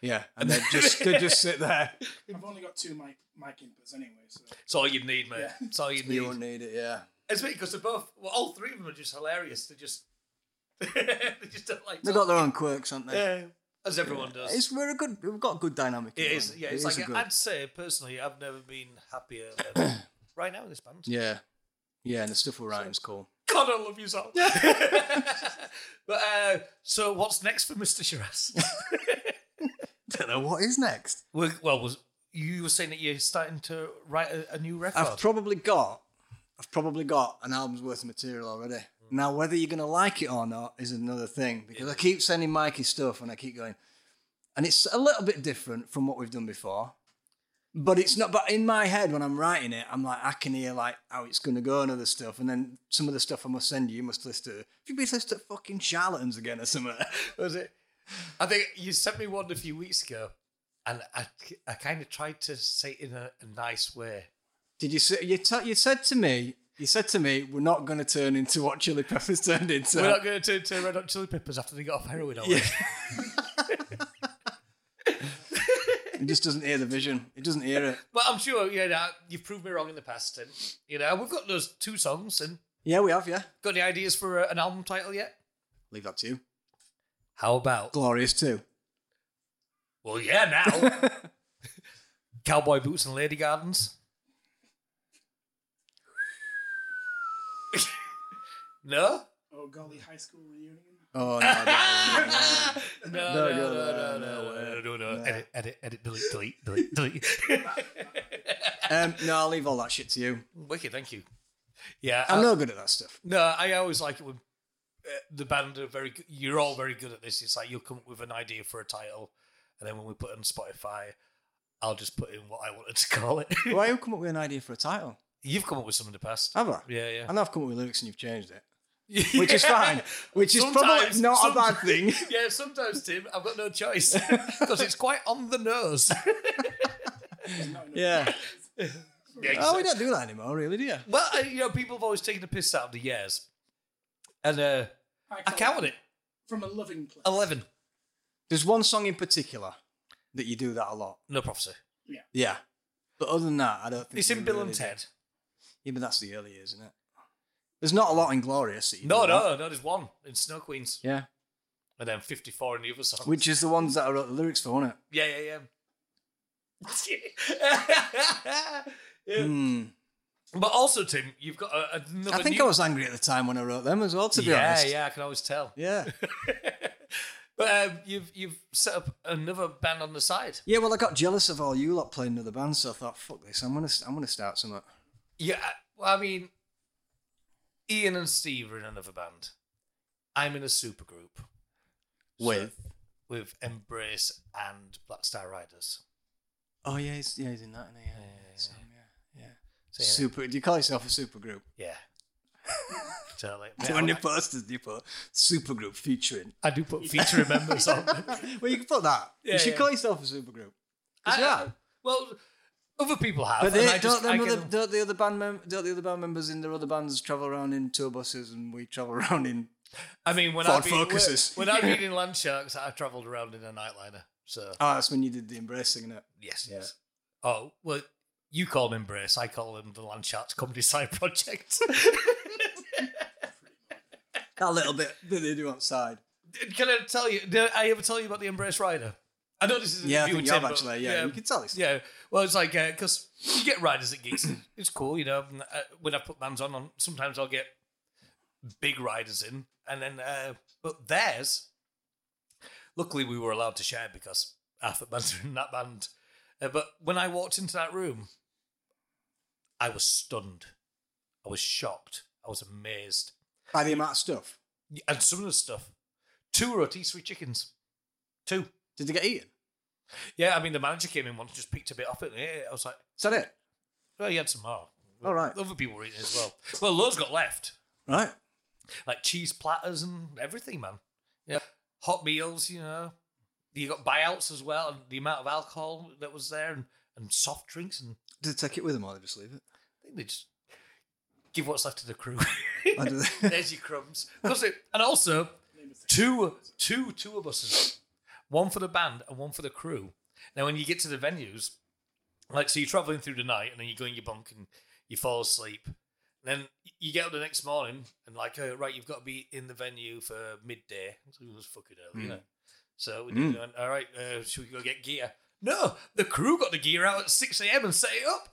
C: Yeah, and they just they just sit there.
D: I've only got two mic mic inputs anyway, so
B: It's all you need, mate.
D: Yeah.
B: It's all you
C: You
B: need.
C: won't need it. Yeah.
B: It's me because they're both, well, all three of them are just hilarious. They just, they just don't like.
C: They've got their own quirks, haven't they?
B: Yeah, as everyone does.
C: It's we're a good. We've got a good dynamic.
B: It
C: in
B: is,
C: one.
B: yeah.
C: It
B: It's
C: is a
B: like
C: good-
B: I'd say personally, I've never been happier than right now in this band.
C: yeah, yeah. And the stuff we're writing's cool.
B: God, I love you so. but uh, so, what's next for Mister Shiraz?
C: Don't know what is next.
B: Well, well, was you were saying that you're starting to write a, a new record?
C: I've probably got, I've probably got an album's worth of material already.
B: Mm.
C: Now, whether you're going to like it or not is another thing because I keep sending Mikey stuff and I keep going, and it's a little bit different from what we've done before. But it's not. But in my head, when I'm writing it, I'm like, I can hear like how it's going to go and other stuff, and then some of the stuff I must send you, you must listen to. If you be listening to fucking charlatans again or something,
B: was it? I think you sent me one a few weeks ago, and I, I kind of tried to say it in a, a nice way.
C: did you say you, t- you said to me? You said to me, we're not going to turn into what Chili Peppers turned into.
B: We're not going to turn to Red Hot Chili Peppers after they got off heroin. Are we?
C: It just doesn't hear the vision. It doesn't hear it.
B: But I'm sure, you know, you've proved me wrong in the past, Tim. You know, we've got those two songs and
C: Yeah, we have. Yeah,
B: got any ideas for uh, an album title yet?
C: leave that to you.
B: How about?
C: Glorious too.
B: Well, yeah, now. Cowboy Boots and Lady Gardens. no?
D: Oh, golly, high school reunion.
C: Oh no,
B: No,
C: no, no, no. No,
B: no,
C: no,
B: no, no, no,
C: no,
B: no, no,
C: no.
B: no. Edit, edit, edit, delete, delete, delete, delete.
C: Um, no, I'll leave all that shit to you.
B: Wicked, thank you. Yeah,
C: I'm
B: I-
C: no good at that stuff.
B: no, I always like it when uh, the band are very. Good. You're all very good at this. It's like you'll come up with an idea for a title, and then when we put it on Spotify, I'll just put in what I wanted to call it.
C: Why you come up with an idea for a title?
B: You've come up with some in the past.
C: Have I?
B: Yeah, yeah.
C: I know I've come up with lyrics and you've changed it,
B: Yeah.
C: which is fine. Which is
B: Sometimes-
C: probably not a bad
B: sometimes-
C: thing.
B: Yeah, sometimes Tim, I've got no choice because it's quite on the nose.
C: Yeah.
B: Yeah,
C: Oh, we don't do that anymore, really, do you?
B: Well, uh, you know, people have always taken the piss out of the years, and uh, I counted it
D: From a loving place.
B: eleven.
C: There's one song in particular that you do that a lot.
B: No prophecy.
C: Yeah. But other than that, I don't think
B: It's
C: you
B: in Bill
C: really
B: and
C: do.
B: Ted.
C: Yeah, but that's the early years, isn't it? There's not a lot in Glorious. that you
B: No,
C: do that.
B: no, no. There's one in Snow Queens,
C: Yeah.
B: and then fifty-four in the other song.
C: Which is the ones that I wrote the lyrics for, wasn't
B: Yeah, yeah, yeah.
C: it?
B: Yeah.
C: Hmm.
B: But also, Tim, you've got a, another.
C: I think
B: new-
C: I was angry at the time when I wrote them as well, to be
B: yeah,
C: honest.
B: yeah. I can always tell.
C: Yeah.
B: But um, you've you've set up another band on the side.
C: Yeah, well, I got jealous of all you lot playing another band, so I thought, fuck this, I'm gonna, I'm gonna start something.
B: Yeah, I- well, I mean, Ian and Steve are in another band. I'm in a supergroup
C: With?
B: with Embrace and Black Star Riders.
C: Oh yeah, he's, yeah, he's in that. Isn't he? Yeah,
B: yeah,
C: Sam, yeah, yeah.
B: So, yeah,
C: Super. Do you call yourself a super group?
B: yeah. totally.
C: when
B: Yeah,
C: you posted, you put super group featuring.
B: I, I do put feature members on.
C: Well, you can put that.
B: Yeah,
C: you should
B: yeah.
C: call yourself a super group.
B: I-
C: Yeah.
B: well, other people have.
C: But
B: and
C: they,
B: I
C: don't,
B: just,
C: them
B: I
C: other,
B: can-
C: don't the other band mem- don't the other band members in their other bands travel around in tour buses and we travel around in?
B: I mean, when
C: Ford
B: I've been, when,
C: Focuses.
B: when I've been in Land Sharks, I've travelled around in a nightliner. So
C: Oh, that's when you did the embracing it.
B: yes,
C: Yeah.
B: yes. Oh well, you call them Embrace. I call them the Land Sharks Comedy Side Project.
C: That little bit that they do outside.
B: Can I tell you? Did I ever tell you about the Embrace Rider? I know this is
C: Yeah, I think you have
B: Tim, but-
C: actually. Yeah, you can tell this.
B: yeah. Well, it's like because you get riders at gigs. it's cool, you know. and, uh, When I put bands on, on sometimes I'll get big riders in, and then uh, but theirs. Luckily, we were allowed to share because half the bands were in that band. Uh, but when I walked into that room, I was stunned. I was shocked. I was amazed.
C: By the amount of stuff.
B: And some of the stuff. Two rotisserie chickens. Two.
C: Did they get eaten?
B: Yeah, I mean, the manager came in once, just picked a bit off it. And ate it. I was like,
C: Is that it?
B: well, he had some more.
C: All right.
B: Other people were eating as well. Well, loads got left.
C: Right.
B: Like cheese platters and everything, man. Yeah. Hot meals, you know. You got buyouts as well, and the amount of alcohol that was there, and, and soft drinks. And
C: Did they take it with them or they just leave it?
B: I think they just give what's left to the crew.
C: Or do they-
B: There's your crumbs. 'Cause it- and also, two, two tour buses, one for the band and one for the crew. Now, when you get to the venues, like, so you're traveling through the night and then you go in your bunk and you fall asleep. Then you get up the next morning and, like, oh, right, you've got to be in the venue for midday. So it was fucking early,
C: Mm.
B: you know. So we did, and, all right, uh, should we go get gear? No, the crew got the gear out at 6 a.m. and set it up.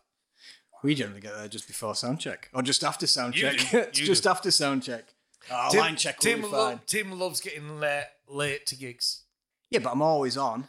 C: We generally get there just before sound check or just after sound
B: You
C: check.
B: do.
C: it's
B: You
C: just
B: do.
C: after sound check. Oh, line check will
B: Tim,
C: be
B: lo-
C: fine.
B: Tim loves getting late, late to gigs.
C: Yeah, but I'm always on.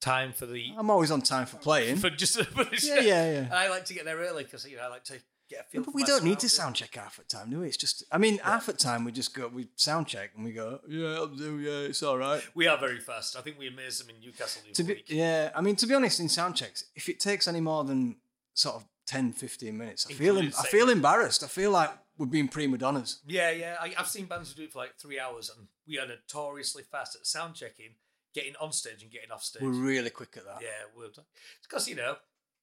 B: Time for the
C: I'm always on time for playing.
B: for just for the
C: yeah, yeah, yeah.
B: And I like to get there early because you know I like to get a feel.
C: but
B: for
C: we
B: my
C: don't need to
B: surroundings.
C: sound check half at time, do we? It's just, I mean, half at time we just go, we sound check and we go, yeah, it'll do, yeah, it's all right.
B: We are very fast. I think we amazed them in Newcastle. The
C: To
B: other
C: be,
B: week.
C: yeah, I mean, to be honest, in sound checks, if it takes any more than sort of 10, 15 minutes, I feel, em-
B: Including
C: I
B: saying-
C: feel embarrassed. I feel like we're being prima donnas.
B: yeah, yeah. I, I've seen bands who do it for like three hours, and we are notoriously fast at sound checking, getting on stage and getting off stage.
C: We're really quick at that.
B: yeah, we're because you know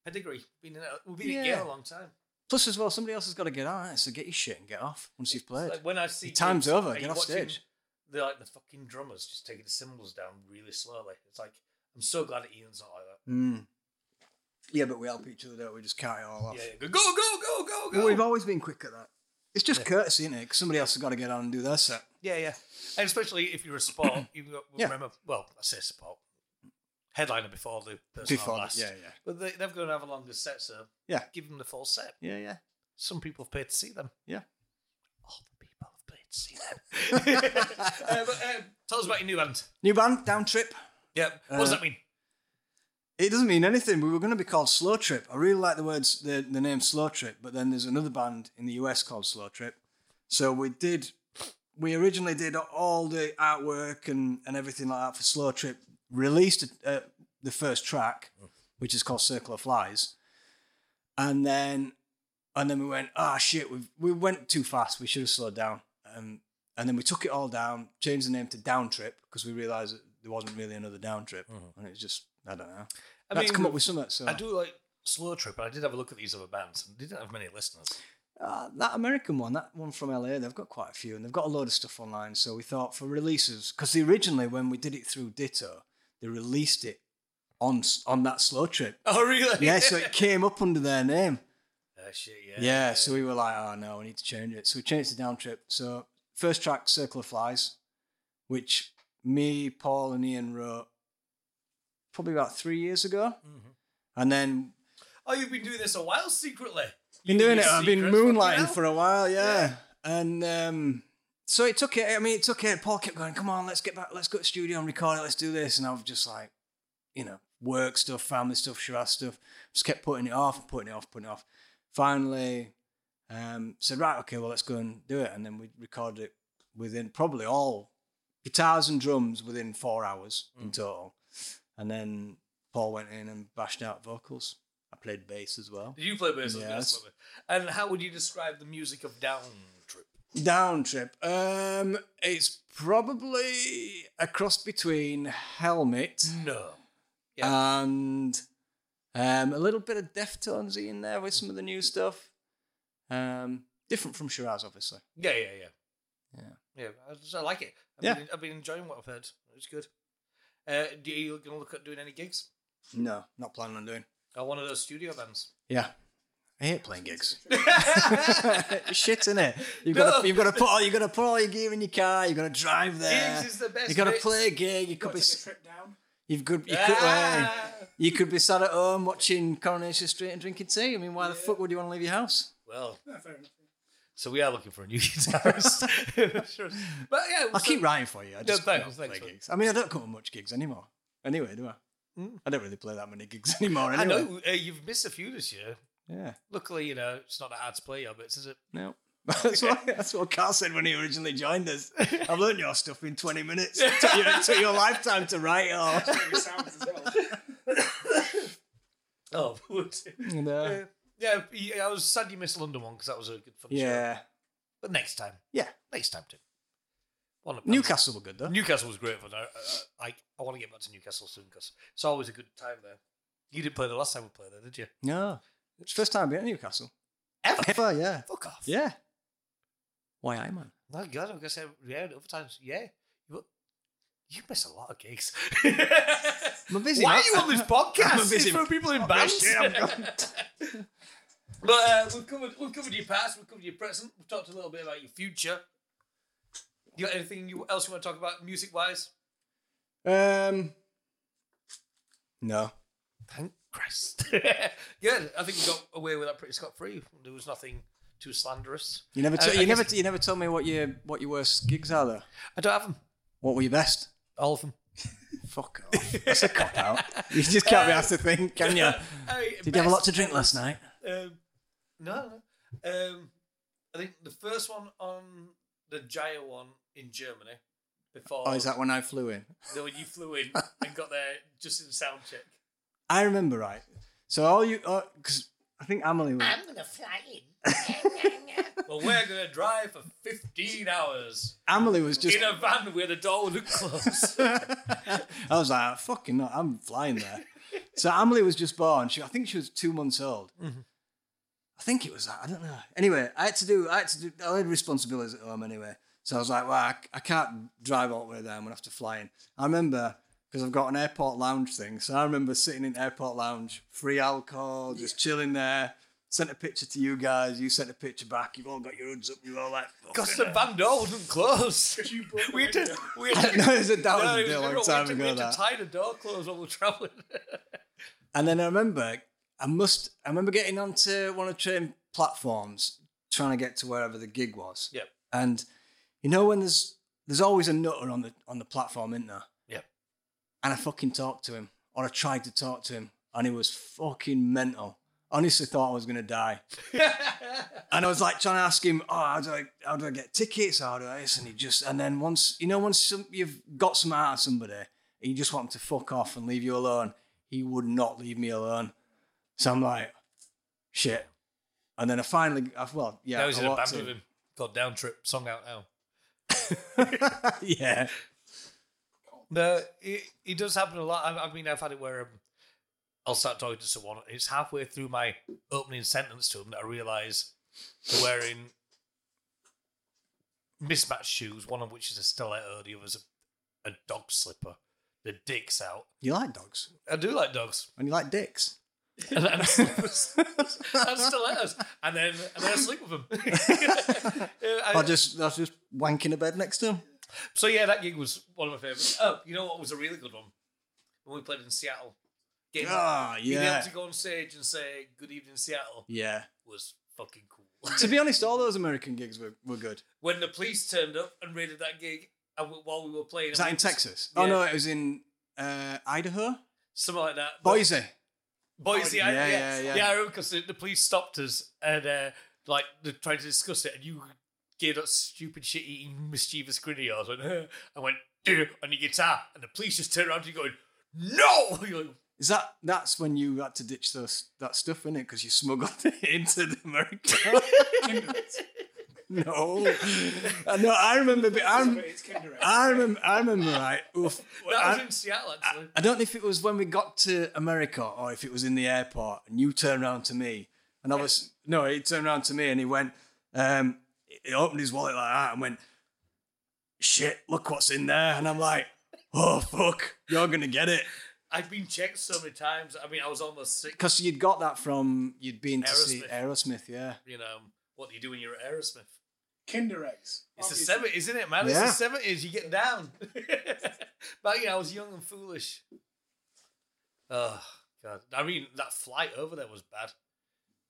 B: pedigree. Been in, a- we've been in
C: Yeah.
B: game a long time.
C: Plus, as well, somebody else has got to get out, so get your shit and get off once you've played.
B: Like when I see
C: Your time's
B: gigs,
C: over,
B: are
C: get
B: you
C: off
B: watching
C: stage.
B: The like the fucking drummers just taking the cymbals down really slowly. It's like I'm so glad that Ian's not like that.
C: Mm. Yeah, but we help each other, don't we? Just carry it all off.
B: Yeah, yeah, go go go go go.
C: But we've always been quick at that. It's just courtesy, isn't it? 'Cause somebody else has got to get on and do their set.
B: Yeah, yeah. And especially if you're a support, you've got
C: Yeah.
B: remember. Well, I say support. Headliner before the person
C: Before
B: on
C: the-
B: last.
C: yeah, yeah.
B: But they, they've got to have a longer set, so
C: Yeah.
B: give them the full set.
C: Yeah, yeah.
B: Some people have paid to see them.
C: Yeah.
B: All the people have paid to see them. Uh, but, um, tell us about your new band.
C: New band, Down Trip.
B: Yeah. What does
C: Uh,
B: that mean?
C: It doesn't mean anything. We were going to be called Slow Trip. I really like the words, the, the name Slow Trip, but then there's another band in the US called Slow Trip. So we did, we originally did all the artwork and, and everything like that for Slow Trip, released uh, the first track, which is called Circle of Flies. And then, and then we went, ah, shit, we we went too fast. We should have slowed down. Um, and then we took it all down, changed the name to Down Trip because we realized that there wasn't really another Down Trip. And it was just, I don't know.
B: Mm-hmm. I
C: I had to
B: mean,
C: come up with something. So
B: I do like Slow Trip, but I did have a look at these other bands. and They didn't have many listeners.
C: Uh, that American one, that one from LA, they've got quite a few, and they've got a load of stuff online. So we thought for releases, because originally when we did it through Ditto, they released it on s- on that slow trip.
B: Oh, really?
C: Yeah, so it came up under their name.
B: Ah, shit, yeah.
C: Yeah, so we were like, oh no, we need to change it. So we changed the down trip. So first track, Circle of Flies, which me, Paul, and Ian wrote probably about three years ago, and then
B: Oh, you've been doing this a while secretly.
C: been
B: You
C: doing
B: and
C: it.
B: your
C: I've been
B: secrets, fucking
C: moonlighting
B: hell.
C: for a while, yeah. And um, so it took it. I mean, it took it. Paul kept going, "Come on, let's get back. Let's go to the studio and record it. Let's do this." And I was just like, you know, work stuff, family stuff, Shiraz stuff. Just kept putting it off, putting it off, putting it off. Finally, um, said, "Right, okay, well, let's go and do it." And then we recorded it within probably all guitars and drums within four hours
B: Mm.
C: in total. And then Paul went in and bashed out vocals. I played bass as well.
B: Did you play bass?
C: Yes.
B: Yes. And how would you describe the music of Down Trip?
C: Down trip. Um, it's probably a cross between Helmet
B: No.
C: and um, a little bit of Deftones in there with some of the new stuff. Um, different from Shiraz, obviously.
B: Yeah, yeah, yeah.
C: Yeah.
B: Yeah, I, just- I like it. I've,
C: Yeah.
B: been, I've been enjoying what I've heard. It's good. Uh, do you, you going to look at doing any gigs?
C: No, not planning on doing.
B: Or one of those studio bands?
C: Yeah. I hate playing gigs. Shit, in it. You've got
B: No.
C: to you've got to put all you've got to put all your gear in your car. You've got to drive there.
B: Gigs is the best
C: You've got to
B: bit.
C: play a gig. You could
D: Got
C: be
D: to take a
C: s-
D: trip down.
C: you've good you could. uh,
B: Ah!
C: You could be sat at home watching Coronation Street and drinking tea. I mean, why the fuck would you want to leave your house?
B: Well,
D: No, Ah, fair enough.
B: so we are looking for a new guitarist. Sure. But yeah,
C: I'll
B: so-
C: keep writing for you. I just
B: thanks,
C: don't
B: thanks,
C: play
B: mate.
C: gigs. I mean, I don't come to much gigs anymore. Anyway, do I? I don't really play that many gigs anymore.
B: I
C: Anyway.
B: know uh, you've missed a few this year.
C: Yeah.
B: Luckily, you know, it's not that hard to play your bits, is it?
C: No. That's what, that's what Carl said when he originally joined us. I've learned your stuff in 20 minutes. It took, you, it took you a lifetime to write it all.
D: Very sounds as well.
B: Oh, would.
C: And, uh,
B: yeah, yeah, I was sad you missed London one because that was a good fun show.
C: yeah.
B: But next time,
C: Yeah.
B: next time too. One of them.
C: Newcastle were good, though.
B: Newcastle was great fun. I, I, I, uh, I want to get back to Newcastle soon because it's always a good time there. You didn't play the last time we played there, did you?
C: No. It's first time being at Newcastle.
B: Ever?
C: Ever, yeah.
B: Fuck off.
C: Yeah. Why I, man?
B: No, God, I'm gonna say yeah. Other times, yeah. You, you miss a lot of gigs.
C: I'm busy,
B: Why
C: man.
B: are you on this podcast?
C: I'm Oh, a busy-
B: it's for people in bands. but uh, we've covered we've covered your past, we've covered your present, we've talked a little bit about your future. You got anything you, else you want to talk about music wise?
C: Um, no.
B: Thank Christ. Good. I think we got away with that pretty scot free. There was nothing too slanderous.
C: You never,
B: Uh,
C: t-
B: I
C: you never,
B: guess-
C: t- you never told me what your what your worst gigs are though.
B: I don't have them.
C: What were your best?
B: All of them.
C: Fuck off. That's a cop out. You just can't be asked to think, can you?
B: Hey,
C: Did you have a lot
B: best-
C: to drink last night?
B: Um, no, no. Um, I think the first one on the Jaya one in Germany before
C: Oh, is that when I flew in?
B: the one you flew in and got there just in sound check.
C: I remember right. So all you, because I think Emily was.
B: gonna fly in. well, we're gonna drive for 15 hours
C: Emily was just.
B: in a van where the door would close.
C: I was like, "Ah, fucking, no, I'm flying there. so Emily was just born. She, I think she was two months old.
B: Mm-hmm.
C: I think it was that. I don't know. Anyway, I had to do. I had to do. I had responsibilities at home anyway. So I was like, well, I, I can't drive all the way there. I'm gonna have to fly in. I remember because I've got an airport lounge thing. So I remember sitting in airport lounge, free alcohol, just chilling there. Sent a picture to you guys. You sent a picture back. You've all got your hoods up. You're all like, fuck.
B: Because the Van Dole wasn't closed.
D: You broke the
B: We had to.
D: window.
B: We had to.
C: no, it was a, that
B: No,
C: was
B: it was
C: a long
B: different. we had
C: time
B: to,
C: ago.
B: we had
C: That.
B: to tie the door closed while we were traveling.
C: And then I remember, I must, I remember getting onto one of the train platforms, trying to get to wherever the gig was.
B: Yep.
C: And you know when there's there's always a nutter on the on the platform, isn't there?
B: Yep.
C: And I fucking talked to him, or I tried to talk to him, and he was fucking mental. Honestly, thought I was gonna die. And I was like trying to ask him, oh, how do I how do I get tickets? How do I this? And he just and then once you know once some, you've got some out of somebody, and you just want them to fuck off and leave you alone. He would not leave me alone. So I'm like, shit. And then I finally, I, well, yeah,
B: now he's
C: I
B: in a
C: walked
B: band with
C: in.
B: him called Down Trip. Song out now.
C: yeah,
B: No, it, it does happen a lot. I, I mean, I've had it where um, I'll start talking to someone. It's halfway through my opening sentence to them that I realise they're wearing mismatched shoes, one of which is a stiletto, the other's a, a dog slipper. The dick's out.
C: you like dogs
B: I do like dogs.
C: and you like dicks.
B: And, and slippers. and stilettos. And then, and then I sleep with them. I-
C: I just I was just wanking a bed next to him.
B: So yeah, that gig was one of my favorites. Oh, you know what was a really good one? When we played in Seattle, getting,
C: Ah,
B: being
C: yeah.
B: able to go on stage and say "Good evening, Seattle"
C: Yeah.
B: was fucking cool.
C: to be honest, all those American gigs were, were good.
B: when the police turned up and raided that gig, and we- while we were playing,
C: Was that in Texas? Oh
B: Yeah.
C: no, it was in uh, Idaho,
B: something like that. But-
C: Boise.
B: Boise,
C: Yeah,
B: yeah, yeah,
C: yeah,
B: yeah,
C: yeah.
B: I remember because the, the police stopped us and uh, like they tried to discuss it, and you gave that stupid shit eating mischievous grin of yours and, uh, and went "Dude," on your guitar, and the police just turned around to you going, "No!" You're like,
C: Is that that's when you had to ditch those that stuff in it because you smuggled it into the America? no, no. I remember. But I'm,
D: It's Kinder Egg.
C: I remember. I remember. Right. Oof.
B: that was
C: I,
B: in Seattle actually.
C: I don't know if it was when we got to America or if it was in the airport, and you turned around to me, and I was no. He turned around to me and he went. Um, he opened his wallet like that and went, "Shit! Look what's in there!" And I'm like, "Oh fuck! You're gonna get it."
B: I've been checked so many times. I mean, I was almost sick.
C: Because you'd got that from you'd been to see
B: Aerosmith.
C: Aerosmith, yeah.
B: You know what do you do when you're at Aerosmith?
D: Kinder eggs.
B: It's the
D: Obviously.
B: seventies, isn't it, man?
C: Yeah.
B: It's the seventies. You get down. Back when I was young and foolish. Oh god! I mean, that flight over there was bad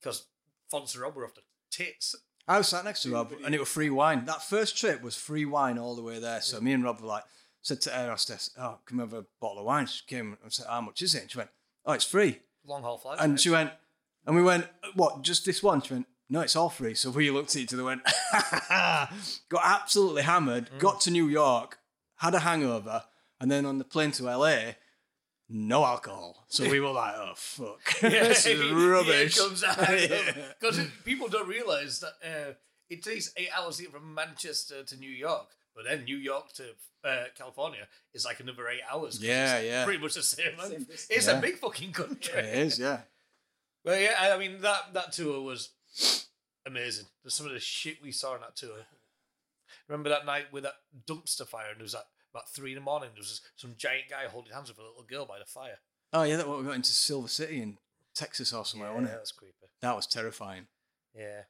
B: because Fonserob were off the tits.
C: I was sat next to Rob, and it was free wine. That first trip was free wine all the way there. So me and Rob were like, said to Aerostess, "Oh, come have a bottle of wine." She came and said, "How much is it?" And she went, "Oh, it's free."
B: Long haul flight.
C: And she went, and we went, "What? Just this one?" She went, "No, it's all free." So we looked at each other, went, got absolutely hammered,
B: Mm.
C: got to New York, had a hangover, and then on the plane to LA. No alcohol, so we were like, "Oh fuck, this is rubbish."
B: Yeah, it comes out.
C: Yeah.
B: Because people don't realise that uh, it takes eight hours to get from Manchester to New York, but then New York to uh, California is like another eight hours. 'cause
C: Yeah,
B: it's
C: yeah.
B: Pretty much the same.
D: Same
B: length.
D: distance.
B: it's
C: Yeah.
B: a big fucking country.
C: It is, yeah.
B: But yeah, I I mean that that tour was amazing. There's some of the shit we saw in that tour. Remember that night with that dumpster fire, and it was at about three in the morning. There was some giant guy holding hands with a little girl by the fire.
C: Oh yeah, that what we got into Silver City in Texas or somewhere, wasn't
B: yeah,
C: it?
B: that's creepy.
C: That was terrifying.
B: Yeah,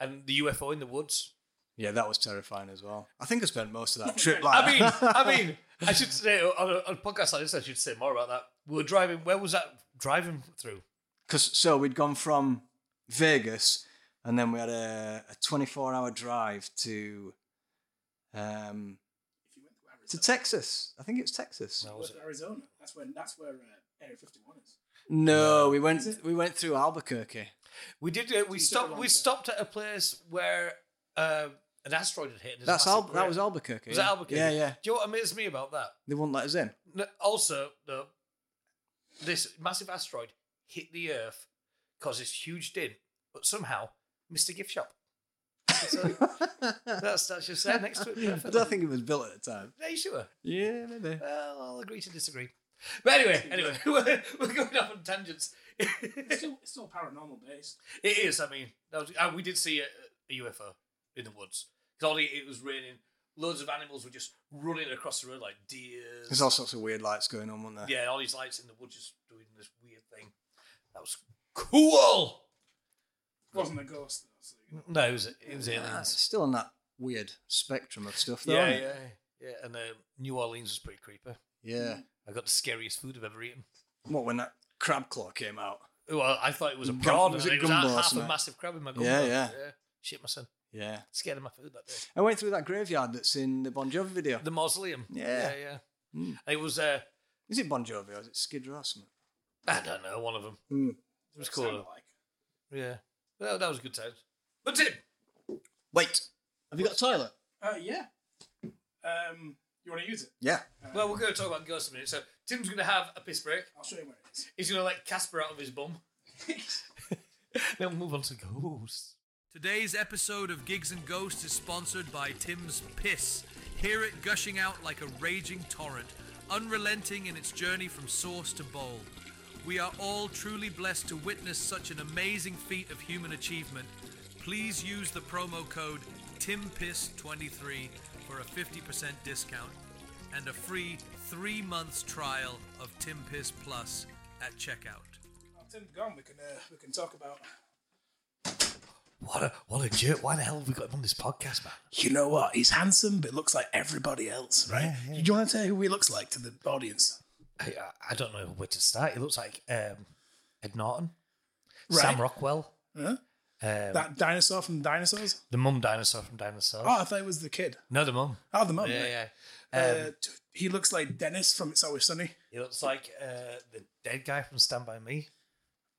B: and the UFO in the woods.
C: Yeah, that was terrifying as well. I think I spent most of that trip like
B: I mean, I mean, I should say on a, on a podcast like this, I should say more about that. We were driving. Where was that driving through?
C: because so we'd gone from Vegas and then we had a, a 24 hour drive to um
D: If you went to
C: to
D: Arizona,
C: Texas. I think it was Texas.
B: No,
D: you
B: was
D: went
B: it?
D: to Arizona. That's when that's where uh, Area 51 is.
C: No, we went we went through Albuquerque.
B: We did. Uh, we
D: You took a
B: stopped.
D: long
B: We
D: trip.
B: stopped at a place where uh, an asteroid had hit. and there's a
C: That's Al-
B: massive
C: that
B: crater.
C: was Albuquerque.
B: Was
C: yeah.
B: that Albuquerque?
C: Yeah, yeah.
B: Do you know what amazed me about that?
C: They wouldn't let us in.
B: No, also, the, this massive asteroid hit the Earth, caused this huge dent, but somehow missed a gift shop. So that's that's just there next to it.
C: I
B: Perfect.
C: don't think it was built at the time.
B: Are you sure?
C: Yeah, maybe.
B: Well, I'll agree to disagree. But anyway, anyway, we're, we're going off on tangents.
D: It's
B: it
D: still, it's still paranormal based.
B: is. I mean, that was, uh, we did see a, a UFO in the woods. 'Cause all it- it was raining. Loads of animals were just running across the road like deers.
C: There's all sorts of weird lights going on, weren't there?
B: Yeah, all these lights in the woods just doing this weird thing. That was cool.
D: wasn't a ghost. Though, so you know.
B: No, it was it was
C: Ah,
B: aliens.
C: it's still on that weird spectrum of stuff, though.
B: yeah,
C: isn't
B: yeah,
C: it?
B: yeah. And uh, New Orleans was pretty creepy.
C: yeah.
B: I got the scariest food I've ever eaten.
C: What when that crab claw came out?
B: Well, I thought it was a
C: Gum-
B: prawn.
C: was
B: and
C: it
B: it was
C: gumbo or
B: half a
C: something?
B: massive crab in my gumbo.
C: Yeah, yeah.
B: Shit my son.
C: Yeah,
B: Scared of my food that day.
C: I went through that graveyard that's in the Bon Jovi video.
B: The mausoleum.
C: Yeah.
B: yeah. yeah. And It was. Uh,
C: Is it Bon Jovi or is it Skid Row? or something?
B: I don't know. One of them.
C: Hmm.
B: It was
D: It
B: cool.
D: sounded
B: though.
D: Like.
B: Yeah. Well, that was a good time. But Tim,
C: Wait, have you got a toilet?
D: Uh, yeah. Um, you want to use it?
C: Yeah.
B: well, we're going to talk about ghosts in a minute. So Tim's going to have a piss break.
D: I'll show you where it is.
B: He's going to let Casper out of his bum. then we'll move on to ghosts. Today's episode of Gigs and Ghosts is sponsored by Tim's Piss. Hear it gushing out like a raging torrent, unrelenting in its journey from source to bowl. We are all truly blessed to witness such an amazing feat of human achievement. Please use the promo code TIMPISS23 for a 50% discount and a free three months trial of Tim Piss Plus at checkout.
D: Well, Tim's gone. We can uh, we can talk about.
B: What a what a jerk! Why the hell have we got him on this podcast, man?
D: You know what? He's handsome, but looks like everybody else, right?
B: Yeah, yeah.
D: Do you want to tell who he looks like to the audience?
B: I, I- I don't know where to start. He looks like um, Ed Norton,
D: Right.
B: Sam Rockwell,
D: Huh?
B: um,
D: That dinosaur from Dinosaurs?
B: the mum dinosaur from Dinosaur.
D: Oh, I thought it was the kid.
B: No, the mum.
D: Oh, the mum. right.
B: Yeah, yeah. Um,
D: Uh, t- he looks like Dennis from It's Always Sunny.
B: he looks like uh, the dead guy from Stand by Me.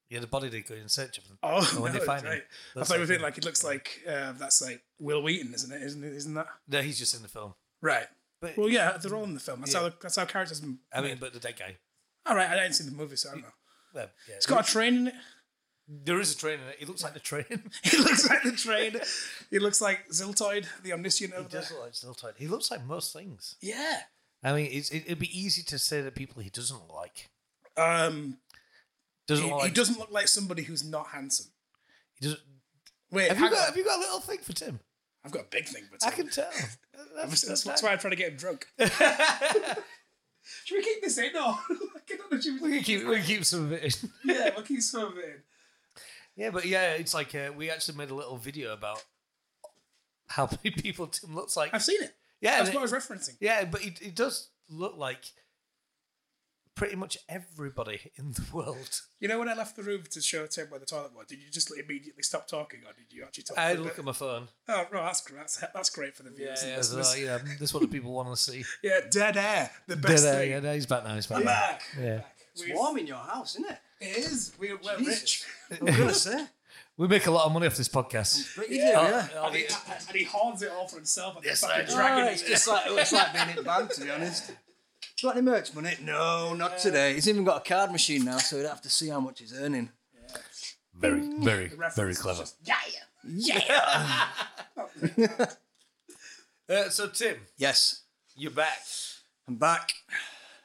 B: Yeah, the body they go in search of him.
D: Oh,
B: And when
D: no,
B: they find
D: right.
B: him,
D: I
B: looks
D: thought we
B: like
D: think
B: him.
D: like it looks like uh, that's like Will Wheaton, isn't it? Isn't it? Isn't that
B: No, he's just in the film.
D: right?
B: But
D: Well, yeah, they're all in the film. That's
B: Yeah.
D: how that's how characters.
B: I mean, but the dead guy.
D: all right, I didn't see the movie, so I don't know.
B: Well, yeah.
D: It's got a train in it.
B: there is a train in it. He looks like the train.
D: He looks like the train. he looks like Ziltoid, the omniscient
B: he
D: over
B: does look like Ziltoid. He looks like most things.
D: Yeah.
B: I mean, it's, it, it'd be easy to say that people he doesn't like.
D: Um,
B: Doesn't
D: he,
B: like.
D: he doesn't look like somebody who's not handsome.
B: He doesn't.
D: Wait,
B: Have you
D: hang
B: got?
D: on.
B: Have you got a little thing for Tim?
D: I've got a big thing, but
B: I can tell.
D: that's,
B: That's,
D: that's, why I try to get him drunk. Should we keep this in or? Like, I don't know, should we-
B: we can keep we can keep some of it. in.
D: yeah, we'll keep some of it in.
B: yeah, but yeah, it's like uh, we actually made a little video about how many people Tim looks like.
D: I've seen it.
B: Yeah,
D: That's
B: and
D: what
B: it-
D: I was referencing.
B: yeah, but he, he does look like pretty much everybody in the world.
D: You know when I left the room to show Tim where the toilet was, did you just like, immediately stop talking or did you actually talk?
B: I
D: for a
B: look
D: bit?
B: at my phone.
D: Oh, right, that's, great. that's that's great for the viewers. and
B: Yeah, so,
D: listeners.
B: yeah, this is what the people want to see.
D: yeah, dead air. The best
B: yeah,
D: thing.
B: yeah, no, he's back now. He's back. now.
D: Back.
B: Yeah.
D: We've-
C: warm in your house, isn't it?
D: It is. We, we're
C: Jesus.
D: rich.
C: I'm gonna say.
B: We make a lot of money off this podcast.
C: But you do, yeah.
B: Oh,
D: And he, and he horns it all for himself and
B: Yes,
D: the
B: I do.
D: fucking
C: Oh,
D: dragon.
C: it's just like it's like being in band, to be honest. Got any merch money? No, not today. He's even got a card machine now, so he'd have to see how much he's earning.
B: Very, very,
D: reference
B: very
D: is
B: clever.
D: just, yeah, yeah.
B: Uh, so Tim,
C: Yes,
B: you're back,
C: I'm back.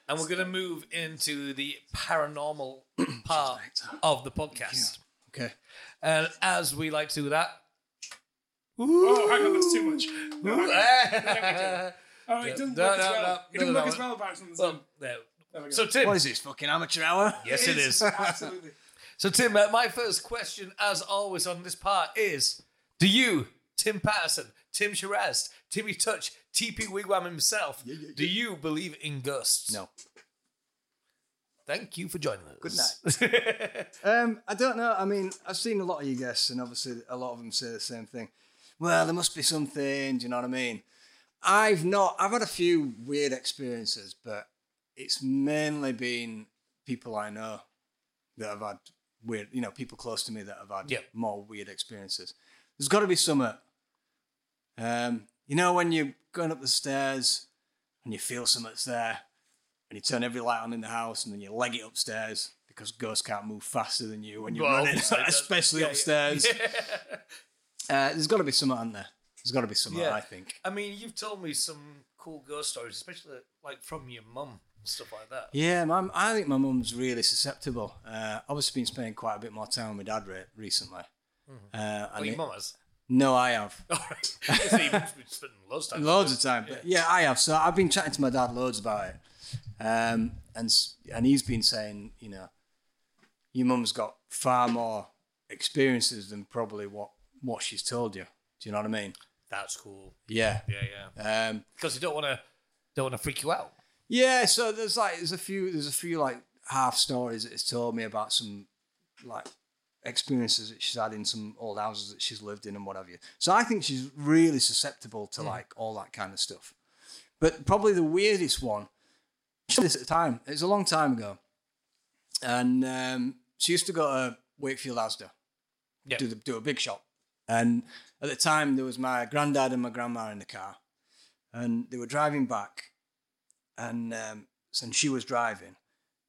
B: and we're going to move into the paranormal part of the podcast.
C: Okay.
B: And as we like to do that,
D: Oh, hang on, that's too much. No, hang on. Oh, it doesn't
B: No,
D: work as
B: no,
D: well.
B: no,
D: It
B: no, no,
D: doesn't work as
B: no.
D: well back from the
B: Well,
D: Zoom.
B: there.
D: There we go.
B: So Tim,
C: What is this fucking amateur hour?
B: yes, it is.
D: Absolutely.
B: So Tim, uh, my first question, as always on this part, is: Do you, Tim Patterson, Tim Shiraz, Timmy Touch, TP Wigwam himself, do you believe in ghosts?
C: No.
B: Thank you for joining us.
C: Good night.
B: night.
C: Um, I don't know. I mean, I've seen a lot of you guests, and obviously a lot of them say the same thing. Well, there must be something. Do you know what I mean? I've not. I've had a few weird experiences, but it's mainly been people I know that have had weird. You know, people close to me that have had
B: Yep.
C: more weird experiences. There's got to be something. Um, you know, when you're going up the stairs and you feel something's there, and you turn every light on in the house, and then you leg it upstairs because ghosts can't move faster than you when you're
B: Well,
C: running,
B: obviously, that's-
C: especially
B: yeah, yeah.
C: upstairs. Uh, there's got to be something on there. There's got to be something,
B: Yeah.
C: I think.
B: I mean, you've told me some cool ghost stories, especially like from your mum and stuff like that.
C: Yeah, my, I think my mum's really susceptible. Uh, obviously, been spending quite a bit more time with my dad re- recently. Uh,
B: Mm-hmm.
C: and
B: Well, your
C: it-
B: mum has.
C: no, I have.
B: All right. so you must be spending loads of time.
C: loads of time. But yeah, I have. So I've been chatting to my dad loads about it, um, and s- and he's been saying, you know, your mum's got far more experiences than probably what what she's told you. Do you know what I mean?
B: That's cool.
C: Yeah.
B: Yeah, yeah.
C: Um,
B: Because you don't want to don't want to freak you out.
C: yeah. So there's like there's a few there's a few like half stories that it's told me about some like experiences that she's had in some old houses that she's lived in and what have you. So I think she's really susceptible to like all that kind of stuff. But probably the weirdest one. She did this at the time. It was a long time ago, and um, she used to go to Wakefield Asda,
B: Yeah.
C: do the, do a big shop. And at the time, there was my granddad and my grandma in the car, and they were driving back, and um, and she was driving,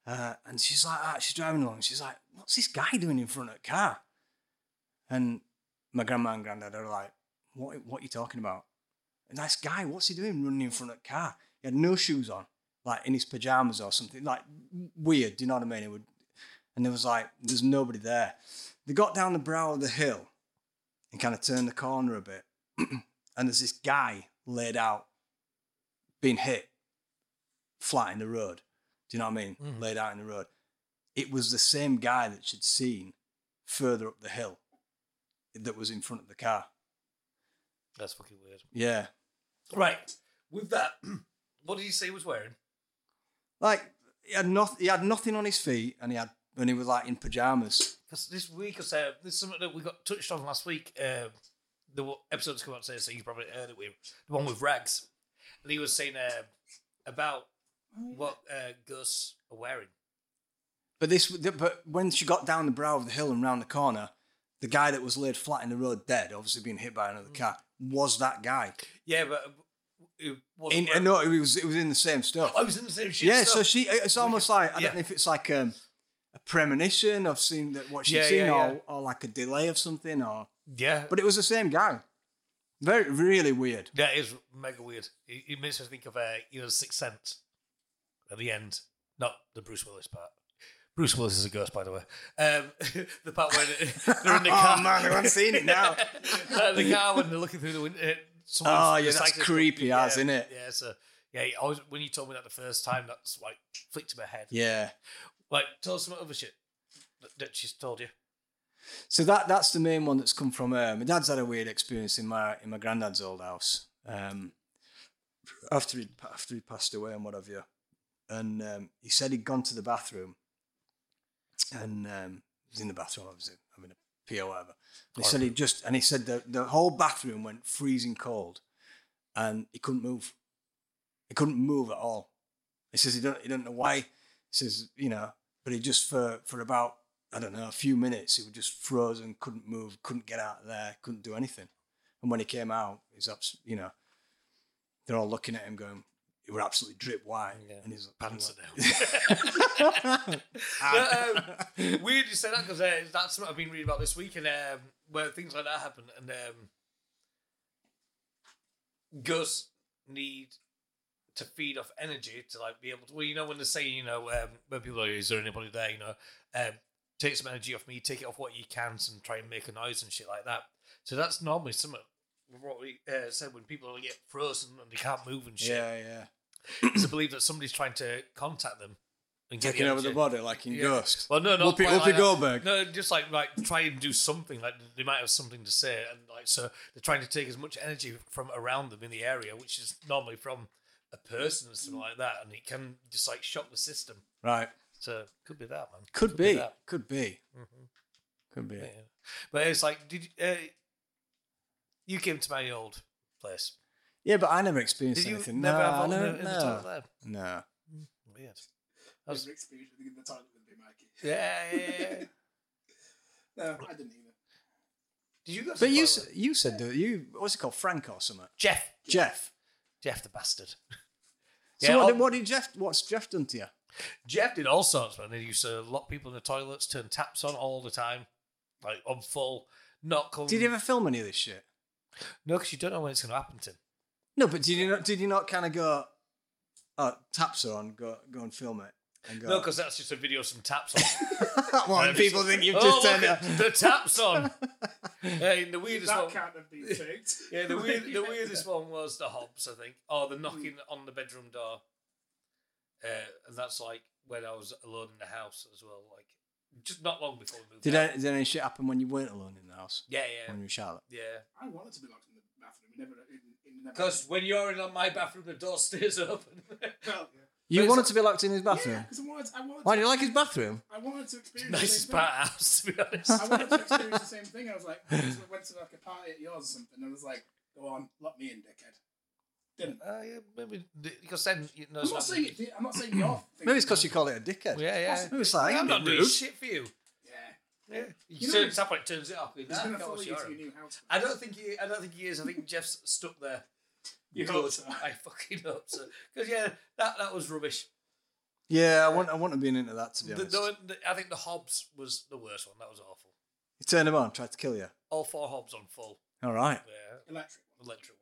C: uh, and she's like, ah, she's driving along. She's like, what's this guy doing in front of the car? And my grandma and granddad are like, what, what are you talking about? A nice guy, what's he doing running in front of the car? He had no shoes on, like in his pajamas or something, like weird. Do you know what I mean? It would, and there was like, there's nobody there. They got down the brow of the hill and kind of turned the corner a bit. and there's this guy laid out, being hit, flat in the road. Do you know what I mean? Laid out in the road. It was the same guy that she'd seen further up the hill that was in front of the car.
B: That's fucking weird.
C: Yeah.
B: Right. With that, what did you say he was wearing?
C: Like he had not he had nothing on his feet and he had and he was like in pajamas.
B: Because this week or so, this is something that we got touched on last week. Uh, the w- episode's come out today, so you probably heard it. With the one with Rags, and he was saying uh, about what uh, ghosts are wearing.
C: But this but when she got down the brow of the hill and round the corner, the guy that was laid flat in the road dead, obviously being hit by
B: Mm.
C: another car, was that guy.
B: Yeah, but uh, it wasn't. wearing-
C: In, no, it was it was in the same stuff.
B: I was in the same shit.
C: yeah,
B: stuff.
C: so she it's almost like I
B: yeah.
C: don't know if it's like um, a premonition of seeing that what she's
B: Yeah,
C: seen
B: yeah,
C: or,
B: yeah.
C: or like a delay of something or
B: yeah,
C: but it was the same guy. Very really weird.
B: that is mega weird. It, it makes me think of uh, you know Sixth Sense at the end, not the Bruce Willis part. Bruce Willis is a ghost, by the way. Um, the part where they're in the car.
C: Oh man, I've seen it now.
B: Uh, the car when they're looking through the window. uh, someone's
C: Oh, yeah, that's
B: recycling-
C: creepy
B: yeah,
C: as, innit?
B: Yeah, so yeah, I was, when you told me that the first time, that's like flicked in my head.
C: Yeah.
B: Like, tell us some other shit that, that she's told you.
C: So that that's the main one that's come from her. My dad's had a weird experience in my in my granddad's old house. Um, after he after he passed away and what have you, and um, he said he'd gone to the bathroom, and um, he was in the bathroom obviously having a pee or whatever. And he said he just and he said the the whole bathroom went freezing cold, and he couldn't move. He couldn't move at all. He says he don't he don't know why. He says you know, but he just for for about I don't know a few minutes he was just frozen, couldn't move, couldn't get out of there, couldn't do anything. And when he came out, he's abs- you know, they're all looking at him going, "You were absolutely drip white," and he's like,
B: Answer
C: pants
B: now. No, um, weird you say that because uh, that's what I've been reading about this week, and um, where things like that happen, and um, ghosts need to feed off energy to like be able to. Well, you know when they say, you know, um, when people are, is there anybody there? You know, um, take some energy off me, take it off what you can, and try and make a noise and shit like that. So that's normally something what we uh, said when people get frozen and they can't move and shit.
C: yeah, yeah,
B: It's a belief that somebody's trying to contact them. And get
C: taking over the
B: energy.
C: body like in
B: Yeah.
C: Ghost.
B: Well, no, no,
C: Whoopi- Whoopi Goldberg.
B: No, just like like try and do something. Like they might have something to say, and like so they're trying to take as much energy from around them in the area, which is normally from a person or something like that, and it can just like shock the system.
C: Right,
B: So could be that, man.
C: could, be,
B: that. Mm-hmm.
C: could be, could be.
B: Yeah. But it's like, did you- uh, you came to my old place?
C: Yeah, but I never experienced
B: Did you
C: anything.
B: never
C: no,
B: have
C: no,
B: no, in the
C: no.
B: toilet there?
C: no.
B: Weird.
D: Never experienced anything in the toilet with me, Mikey.
B: Yeah, yeah, yeah.
D: No, I didn't either.
B: Did you go? To
C: But
B: the
C: you
B: toilet?
C: s- you said that you what's it called Frank or something?
B: Jeff,
C: Jeff.
B: Jeff the bastard. oh,
C: so what
B: I'll-
C: did, what did Jeff? What's Jeff done to you?
B: Jeff did all sorts, man. He used to lock people in the toilets, turn taps on all the time, like on full, not come.
C: Did you ever film any of this shit?
B: No, because you don't know when it's going to happen to him.
C: No, but did you not? Did you not kind of go? Oh, taps are on. Go go and film it. And go.
B: No, because that's just a video of some taps on.
C: that one. People think you've
B: oh,
C: just
B: look
C: turned.
B: at
C: it-
B: the taps on. hey, the weirdest
D: That
B: one.
D: can't have been faked.
B: Yeah, the,
D: Why
B: weird,
D: you
B: the
D: make
B: weirdest
D: that?
B: one was the Hobbs, I think. Oh, the knocking on the bedroom door. Uh, and that's like when I was alone in the house as well. Like just not long before we moved.
C: Did
B: out.
C: any, did any shit happen when you weren't alone in the house?
B: Yeah, yeah,
C: When you were Charlotte?
B: yeah.
D: I wanted to be locked in the bathroom. It never, it, it never
B: Because when you're in on my bathroom, the door stays open.
D: Well, yeah.
C: You
B: it's-
C: wanted to be locked in his bathroom?
D: because I wanted, I wanted,
C: Why,
D: to,
C: do you like his bathroom?
D: I wanted to experience
B: Nicest
D: the same
B: part of the house, to be honest.
D: thing. I wanted to experience the same thing. I was like, I just went to like a party at yours or something. And I was like, go on, lock me in, dickhead. Didn't.
B: Uh, yeah, maybe because then you know.
D: I'm not saying it. I'm not saying your. thing.
C: Maybe it's because you call it a dickhead.
B: Yeah, yeah.
C: Maybe it's like,
B: I'm
C: I'm
B: not doing
C: rude.
B: shit for you.
D: Yeah.
B: Yeah, you
D: You know-
B: turn it up, it turns it off.
D: He's gonna
B: Nah,
D: follow
B: what's
D: you
B: your
D: to your
B: own?
D: new house.
B: I don't think he. I don't think he is. I think Jeff's stuck there.
D: You
B: Good.
D: hope so.
B: I fucking hope so. Because yeah, that that was rubbish.
C: Yeah, I want, I want to be into that, to be
B: The,
C: honest.
B: the, the- I think the Hobbs was the worst one. That was awful.
C: He turned him on, tried to kill you.
B: All four Hobbs on full.
C: All right.
B: Yeah,
D: Electric.
B: electric ones.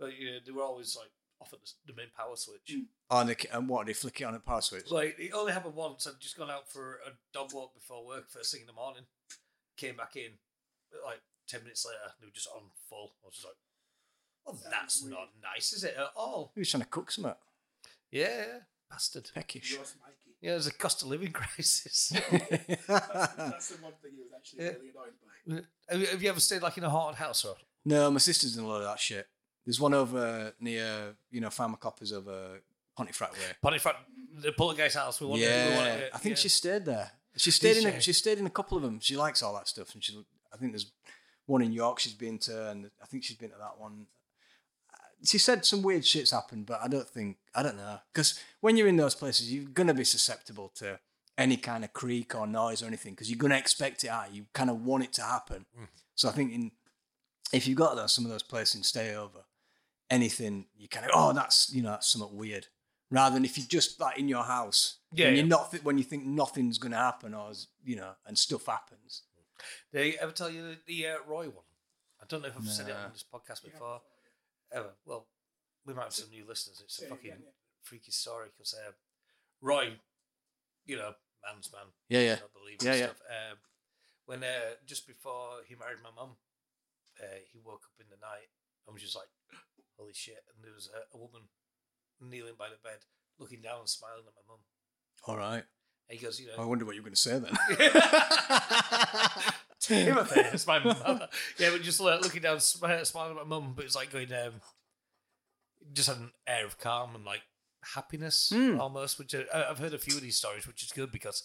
B: But yeah, they were always like off at the, the main power switch.
D: Mm.
C: Oh, and, they, and what, they flick it on a power switch?
B: Like it only happened once. I'd just gone out for a dog walk before work first thing in the morning. Came back in like ten minutes later. They were just on full. I was just like, "Well,
D: That
B: that's
D: is weird.
B: not nice, is it at all?"
C: He was trying to cook something.
B: Yeah, bastard.
C: Peckish.
D: Yours, Mikey.
B: Yeah, there's a cost of living crisis.
D: That's, that's the one thing he was actually
B: Yeah.
D: really annoyed by.
B: have, you, have you ever stayed like in a haunted house or?
C: no, my sister's in a lot of that shit. There's one over near, you know, Farmer Coppers over Pontefract way.
B: But in fact, the Poltergeist house. We wanted.
C: yeah,
B: we wanted
C: I think
B: yeah.
C: she stayed there. She stayed in. A,
B: she?
C: she stayed in a couple of them. She likes all that stuff, and she. I think there's one in York she's been to, and I think she's been to that one. Uh, She said some weird shits happened, but I don't think I don't know because when you're in those places, you're gonna be susceptible to any kind of creak or noise or anything because you're gonna expect it out. You kind of want it to happen. So I think in if you got those some of those places and stay over, anything you kind of oh that's you know that's somewhat weird. Rather than if you're just like in your house,
B: Yeah,
C: when
B: yeah.
C: you're not thi- when you think nothing's going to happen, or is- you know, and stuff happens.
B: Did I ever tell you the, the uh, Roy one? I don't know if I've said it on this podcast before. Ever. Well, we might have some new listeners. It's a
D: Yeah,
B: fucking
D: yeah.
B: freaky story because uh, Roy, you know, man's man,
C: Yeah, yeah,
B: not the leader
C: Yeah,
B: and
C: yeah.
B: stuff. Um, when uh, just before he married my mum, uh, he woke up in the night and was just like, "Holy shit!" And there was a, a woman kneeling by the bed, looking down and smiling at my mum.
C: All right.
B: And he goes, "You know,
C: I wonder what you're going to say then. Oh.
B: Timothy, it's my mother. Yeah, but just like, looking down, sm- uh, smiling at my mum, but it's like going, um, just had an air of calm and like happiness
C: Hmm.
B: almost, which uh, I, I've heard a few of these stories, which is good because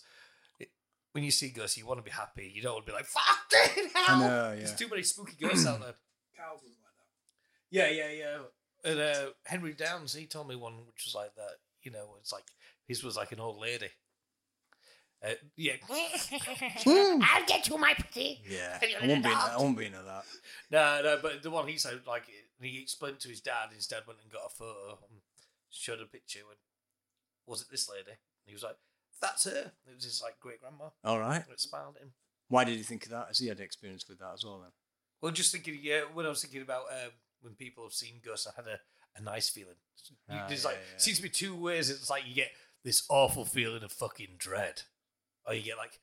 B: it, when you see ghosts, you want to be happy. You don't want to be like, fucking hell!
C: know, yeah.
B: There's too many spooky ghosts out there.
D: Carl's was like that.
B: Yeah, yeah, yeah. And uh, Henry Downs, he told me one which was like that. You know, it's like his was like an old lady. Uh, yeah,
E: I'll get you, my pretty.
C: yeah, I won't be. In that. I won't be into that.
B: No, no, but the one he said, like, he explained to his dad, his dad went and got a photo and showed a picture. And was it this lady? And he was like, that's her. It was his, like, great grandma
C: All right.
B: that smiled at him.
C: Why did you think of that? Has he had experience with that as well? Then.
B: Well, just thinking, yeah, when I was thinking about um, when people have seen ghosts, I had a, a nice feeling.
C: Ah,
B: There's
C: yeah,
B: like,
C: yeah.
B: seems to be two ways. It's like you get this awful feeling of fucking dread, or you get like,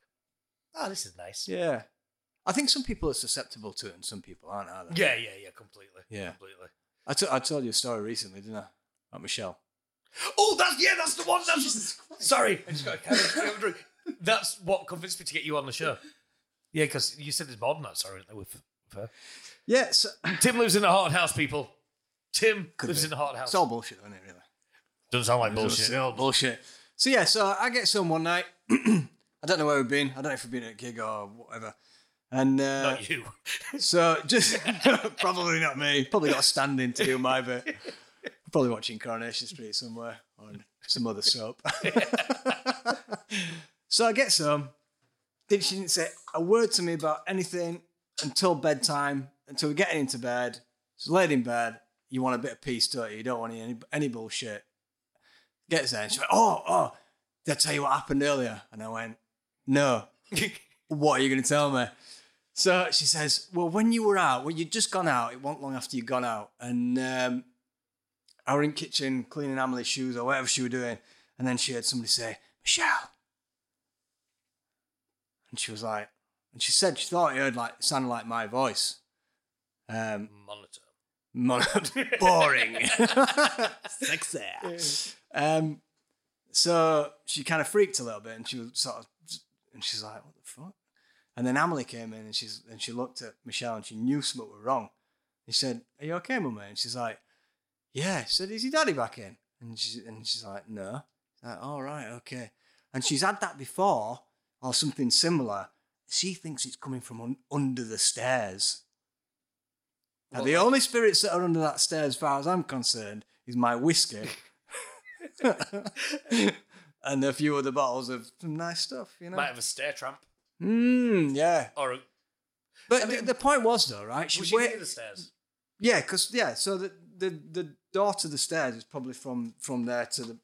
B: oh, this is nice.
C: Yeah. I think some people are susceptible to it, and some people aren't. Are they?
B: Yeah, yeah, yeah, completely.
C: Yeah.
B: Completely.
C: I, t- I told you a story recently, didn't I? About Michelle.
B: Oh, that's yeah, that's the one. That's
D: Jesus Christ.
B: sorry. I just got a cabbage- cabbage drink. That's what convinced me to get you on the show. Yeah, because you said it's modern. That's sorry isn't it, with, with
C: Yeah. So,
B: her. Tim lives in a haunted house. People. Tim
C: Could
B: lives
C: be.
B: in a haunted house.
C: it's all bullshit, isn't it? Really.
B: Doesn't sound like
C: It's
B: bullshit.
C: all bullshit. So yeah, so I get some one night. I don't know where we've been. I don't know if we've been at a gig or whatever. And uh,
B: Not you.
C: so just probably not me. Probably got a stand in to do my bit. Probably watching Coronation Street somewhere on some other soap. so I get some. Did she didn't say a word to me about anything until bedtime, until we're getting into bed. She's laid in bed. You want a bit of peace, don't you? You don't want any any bullshit. Gets there and she's like, oh, oh, did I tell you what happened earlier? And I went, no what are you going to tell me? So she says, well, when you were out, well, you'd just gone out. It wasn't long after you'd gone out. And um, I were in kitchen cleaning Emily's shoes or whatever she were doing. And then she heard somebody say, Michelle. And she was like, and she said she thought it heard like, sounded like my voice. Um,
B: Monitor.
C: Mon- boring. Sexy. Um, so she kind of freaked a little bit and she was sort of And she's like, what the fuck? And then Emily came in and she's and she looked at Michelle and she knew something was wrong. He said, Are you okay, mummy? And she's like, Yeah. She said, Is your daddy back in? And she and she's like, No. She's like, all right, okay. And she's had that before or something similar. She thinks it's coming from un- under the stairs. Now, the only spirits that are under that stairs, as far as I'm concerned, is my whiskey and a few other bottles of some nice stuff, you
B: Might
C: know.
B: have a stair tramp
C: Mm, yeah.
B: or a,
C: But
B: I mean-
C: the, the point was, though, right?
B: was
C: She's
B: she
C: wait-
B: near the stairs?
C: Yeah, because yeah, so the, the the door to the stairs is probably from from there to the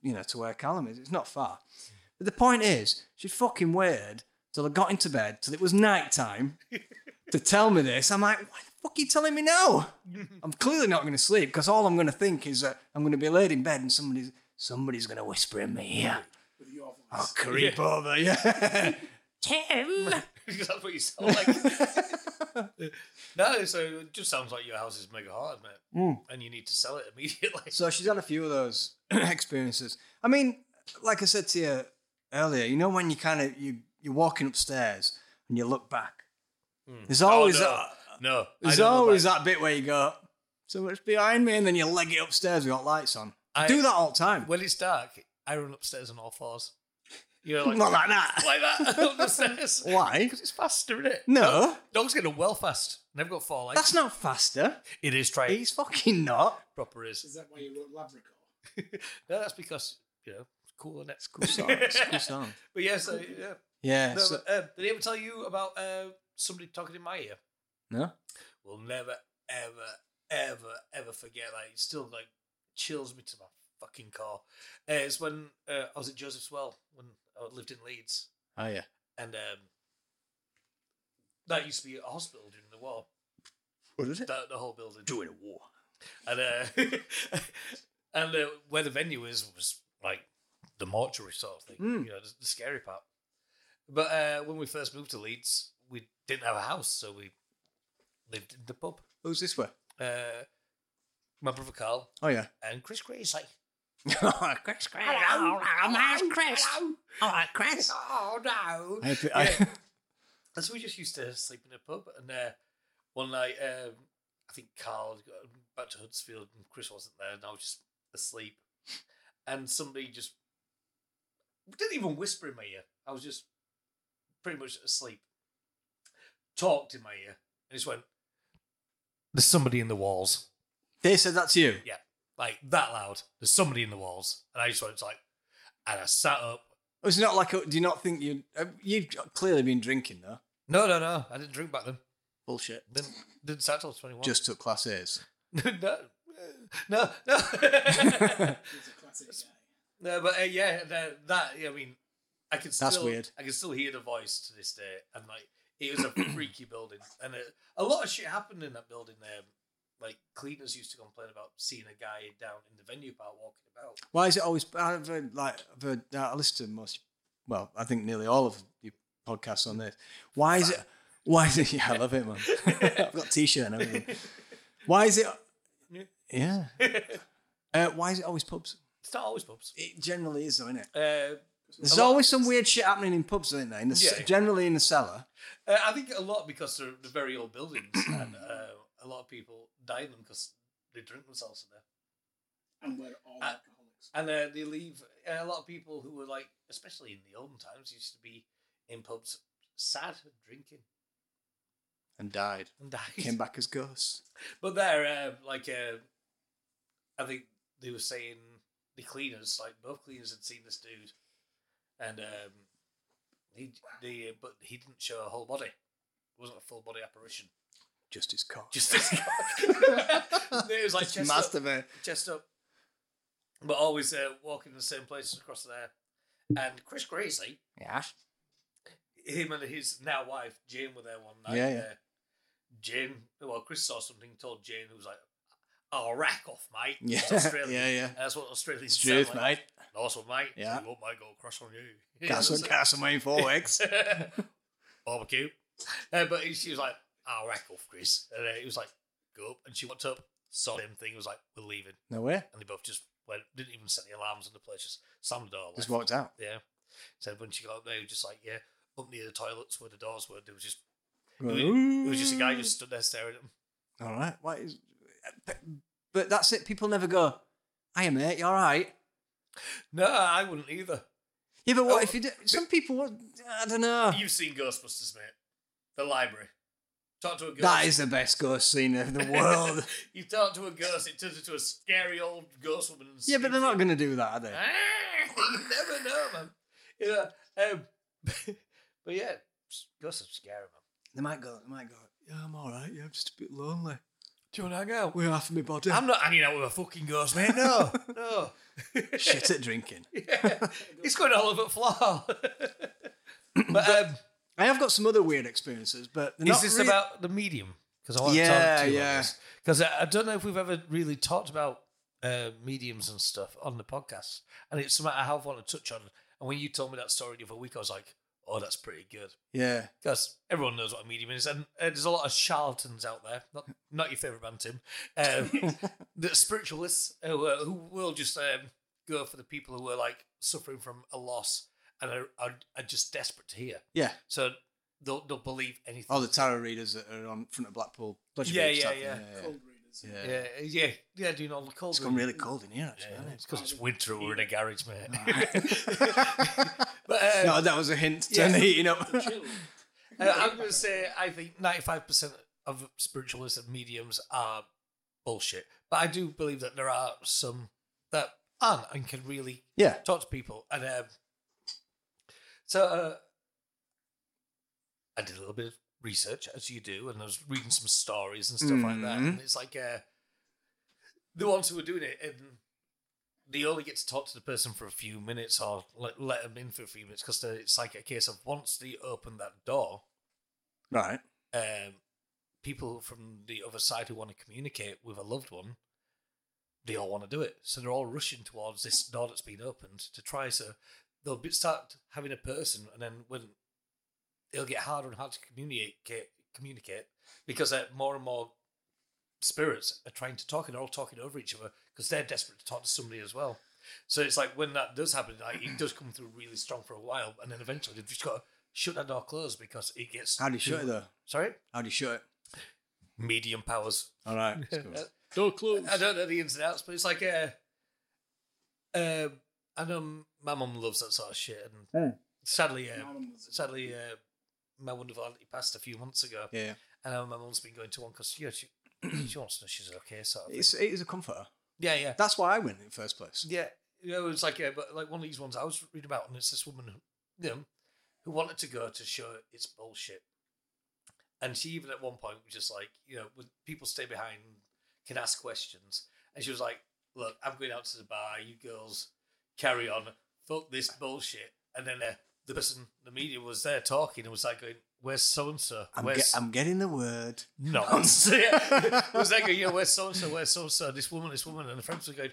C: you know to where Callum is. It's not far. But the point is, she fucking waited till I got into bed till it was night time to tell me this. I'm like, why the fuck are you telling me now? I'm clearly not going to sleep because all I'm going to think is that I'm going to be laid in bed and somebody's somebody's going to whisper in my ear.
D: with your voice.
C: I'll creep over, yeah.
E: Tim,
B: Because that's what you sound like. no, so it just sounds like your house is mega hard, mate.
C: Hmm.
B: And you need to sell it immediately.
C: So she's had a few of those experiences. I mean, like I said to you earlier, you know when you kind of you you're walking upstairs and you look back. There's always
B: Hmm. Oh, no.
C: that,
B: No. I
C: there's
B: don't know
C: always
B: about-
C: that bit where you go, so much behind me, and then you leg it upstairs without lights on. I
B: I-
C: do that all the time.
B: When it's dark, I run upstairs on all fours. You know, like,
C: Not like that.
B: like that up the stairs.
C: Why?
B: It's faster, isn't it?
C: No,
B: Dog's getting well fast. Never got four legs.
C: that's not faster.
B: it is trying.
C: He's fucking not.
B: proper is.
D: Is that why you wrote Labrador?
B: No, that's because, you know, it's cool and it's cool.
C: Songs, good songs.
B: But yeah, so, yeah.
C: Yeah.
B: No,
C: so-
B: uh, did he ever tell you about uh, somebody talking in my ear?
C: no.
B: will never, ever, ever, ever forget. Like, it still like chills me to my fucking core. Uh, it's when uh, I was at Joseph's Well when I lived in Leeds,
C: Oh yeah.
B: and um, that used to be a hospital during the war.
C: What is it?
B: That, the whole building during a war, and uh, and uh, where the venue is was like the mortuary sort of thing.
C: Mm.
B: You know, the, the scary part. But uh, when we first moved to Leeds, we didn't have a house, so we lived in the pub
C: Who's this way?
B: uh, my brother Carl
C: Oh yeah.
B: and Chris Gracie.
C: I,
B: Oh,
E: Chris, Chris, hello, hello, how's Chris? All right, Chris.
B: Oh no!
C: I,
B: And so we just used to sleep in a pub, and uh, one night um, I think Carl had got back to Huddersfield, and Chris wasn't there, and I was just asleep, and somebody just didn't even whisper in my ear. I was just pretty much asleep. Talked in my ear, and just went, "There's somebody in the walls."
C: they said that to you.
B: Like that loud. There's somebody in the walls, and I just went like, and I sat up
C: Oh, It's not like a, do you not think you uh, you've clearly been drinking though?
B: No, no, no. I didn't drink back then.
C: Bullshit.
B: Didn't didn't start till twenty one.
C: Just took class A's.
B: no, no, no.
D: He's a classic guy.
B: no, but uh, yeah, that, that. I mean, I can still.
C: weird.
B: I can still hear the voice to this day, and like it was a freaky building, and it, a lot of shit happened in that building. There, like cleaners used to complain about seeing a guy down in the venue park walking about.
C: Why is it always? I've heard, like I've heard, uh, I listen to most. Well, I think nearly all of your podcasts on this. Why is it? Why is it? Yeah, I love it, man. I've got a t-shirt and everything. Why is it? Yeah. Uh, why is it always pubs?
B: It's not always pubs.
C: It generally is, though, isn't it?
B: Uh,
C: There's always some weird shit happening in pubs, isn't there? In the, ce-
B: Yeah.
C: Generally in the cellar.
B: Uh, I think a lot because they're, they're very old buildings, and uh, a lot of people die in them because they drink themselves to death.
D: And we're all
B: Uh,
D: alcoholics.
B: And uh, they leave uh, a lot of people who were like, especially in the olden times, used to be in pubs sad, drinking,
C: And died.
B: and died.
C: Came back as ghosts.
B: But they're uh, like, uh, I think they were saying the cleaners, like both cleaners, had seen this dude, and um, he, they, uh, but he didn't show a whole body. It wasn't a full body apparition.
C: Just his cock.
B: Just this guy. it was like chest up.
C: masturbate.
B: chest up, but always uh, walking in the same places across there. And Chris Gracie,
C: Yeah.
B: him and his now wife Jane were there one night.
C: Yeah, yeah.
B: Uh, Jane, well, Chris saw something, told Jane, who was like, "I'll rack off, mate."
C: Yeah,
B: It's Australian.
C: yeah, yeah.
B: And that's what Australians
C: It's
B: say.
C: truth,
B: like,
C: mate.
B: That's what, mate.
C: Yeah.
B: You want my gold crush on you?
C: Castle, Castle Main four weeks.
B: Barbecue. Uh, but he- she was like, "I'll rack off, Chris," and uh, he was like, "Go up." And she walked up, saw him thing, was like, "We're leaving."
C: No way.
B: and they both just went, didn't even set the alarms in the place, just slammed the door.
C: Just
B: left.
C: walked out.
B: Yeah. Said when she got up there, he was just like, yeah, up near the toilets where the doors were, there was just it was just a guy just stood there staring at him.
C: All right. What is, but, but that's it. People never go, hey, mate, you all right?
B: No, I wouldn't either.
C: Yeah, but what
B: Oh,
C: if you do? Some people, would- I don't know.
B: You've seen Ghostbusters, mate. The library. Talk to a ghost.
C: That is the best ghost scene in the world.
B: You talk to a ghost, it turns into a scary old ghost woman. and
C: yeah, but they're
B: screams.
C: not going to do that, are they?
B: Ah, you never know, man. You know, um, but yeah, s- ghosts are scary, man.
C: They might go, they might go, yeah, I'm all right. Yeah, I'm just a bit lonely.
B: Do you want to hang out?
C: We're half of my body.
B: I'm not hanging out with a fucking ghost, mate. No, no.
C: shit at drinking.
B: Yeah. He's going all over the floor. but um,
C: I have got some other weird experiences, but they're
B: is
C: not
B: this
C: rea-
B: about the medium? Because I want to
C: Yeah,
B: talk to you
C: yeah.
B: Because I, I don't know if we've ever really talked about uh, mediums and stuff on the podcast, and it's something I have wanted to touch on. And when you told me that story the other week, I was like, "Oh, that's pretty good."
C: Yeah,
B: Because everyone knows what a medium is, and uh, there's a lot of charlatans out there. Not, not your favorite band, Tim. Um, the spiritualists who, uh, who will just um, go for the people who are like suffering from a loss and are, are, are just desperate to hear.
C: yeah.
B: So they'll they'll believe anything.
C: All Oh, the tarot readers that are on front of Blackpool. Dodgy
B: Yeah,
C: Beach,
B: yeah,
C: that thing.
B: yeah.
D: Cold readers.
C: yeah.
B: yeah, yeah, yeah. Doing all the cold.
C: Oh, It's gone really cold in here, actually.
B: Yeah,
C: hasn't
B: it's because it's winter. We're in a garage, mate.
C: it?
B: but uh,
C: no, that was a hint. to Turn
B: yeah.
C: the heating up.
D: Chill.
B: Uh, I'm going to say I think 95% of spiritualists and mediums are bullshit. But I do believe that there are some that aren't and can really
C: yeah.
B: talk to people. And um, so uh, I did a little bit of research, as you do, and I was reading some stories and stuff like that.
C: Mhm.
B: And it's like uh, the ones who were doing it, and they only get to talk to the person for a few minutes or let, let them in for a few minutes because it's like a case of once they open that door,
C: Right.
B: um, people from the other side who want to communicate with a loved one, they all want to do it. So they're all rushing towards this door that's been opened to try. So they'll be, start having a person, and then when it'll get harder and harder to communicate, communicate because uh, more and more spirits are trying to talk, and they're all talking over each other because they're desperate to talk to somebody as well. So it's like when that does happen, like it does come through really strong for a while, and then eventually they've just got to shut that door closed because it gets.
C: How do you shoot it, though?
B: Sorry
C: How do you shoot it?
B: medium powers.
C: All right. let's go.
B: Uh,
D: Door closed.
B: I don't know the ins and outs, but it's like a. Uh, I know m- my mum loves that sort of shit, and sadly, uh, sadly, uh, my wonderful auntie passed a few months ago,
C: yeah.
B: and uh, my mum's been going to one because yeah, she she wants to know she's okay, sort of. thing.
C: It's, it is a comforter.
B: Yeah, yeah,
C: That's why I went in the first place.
B: yeah. You know, it was like uh, but like one of these ones I was reading about, and it's this woman who, you know, who wanted to go to show it's bullshit, and she even at one point was just like, you know, when people stay behind can ask questions, and she was like, "Look, I'm going out to the bar. You girls carry on. Fuck this bullshit." And then uh, the person, the media, was there talking and was like, going, "Where's so and so?
C: I'm,
B: Where's
C: ge- I'm getting the word.
B: nonsense. yeah. It was like, you know, where's so and so, where's so and so, this woman, this woman. And the friends were going,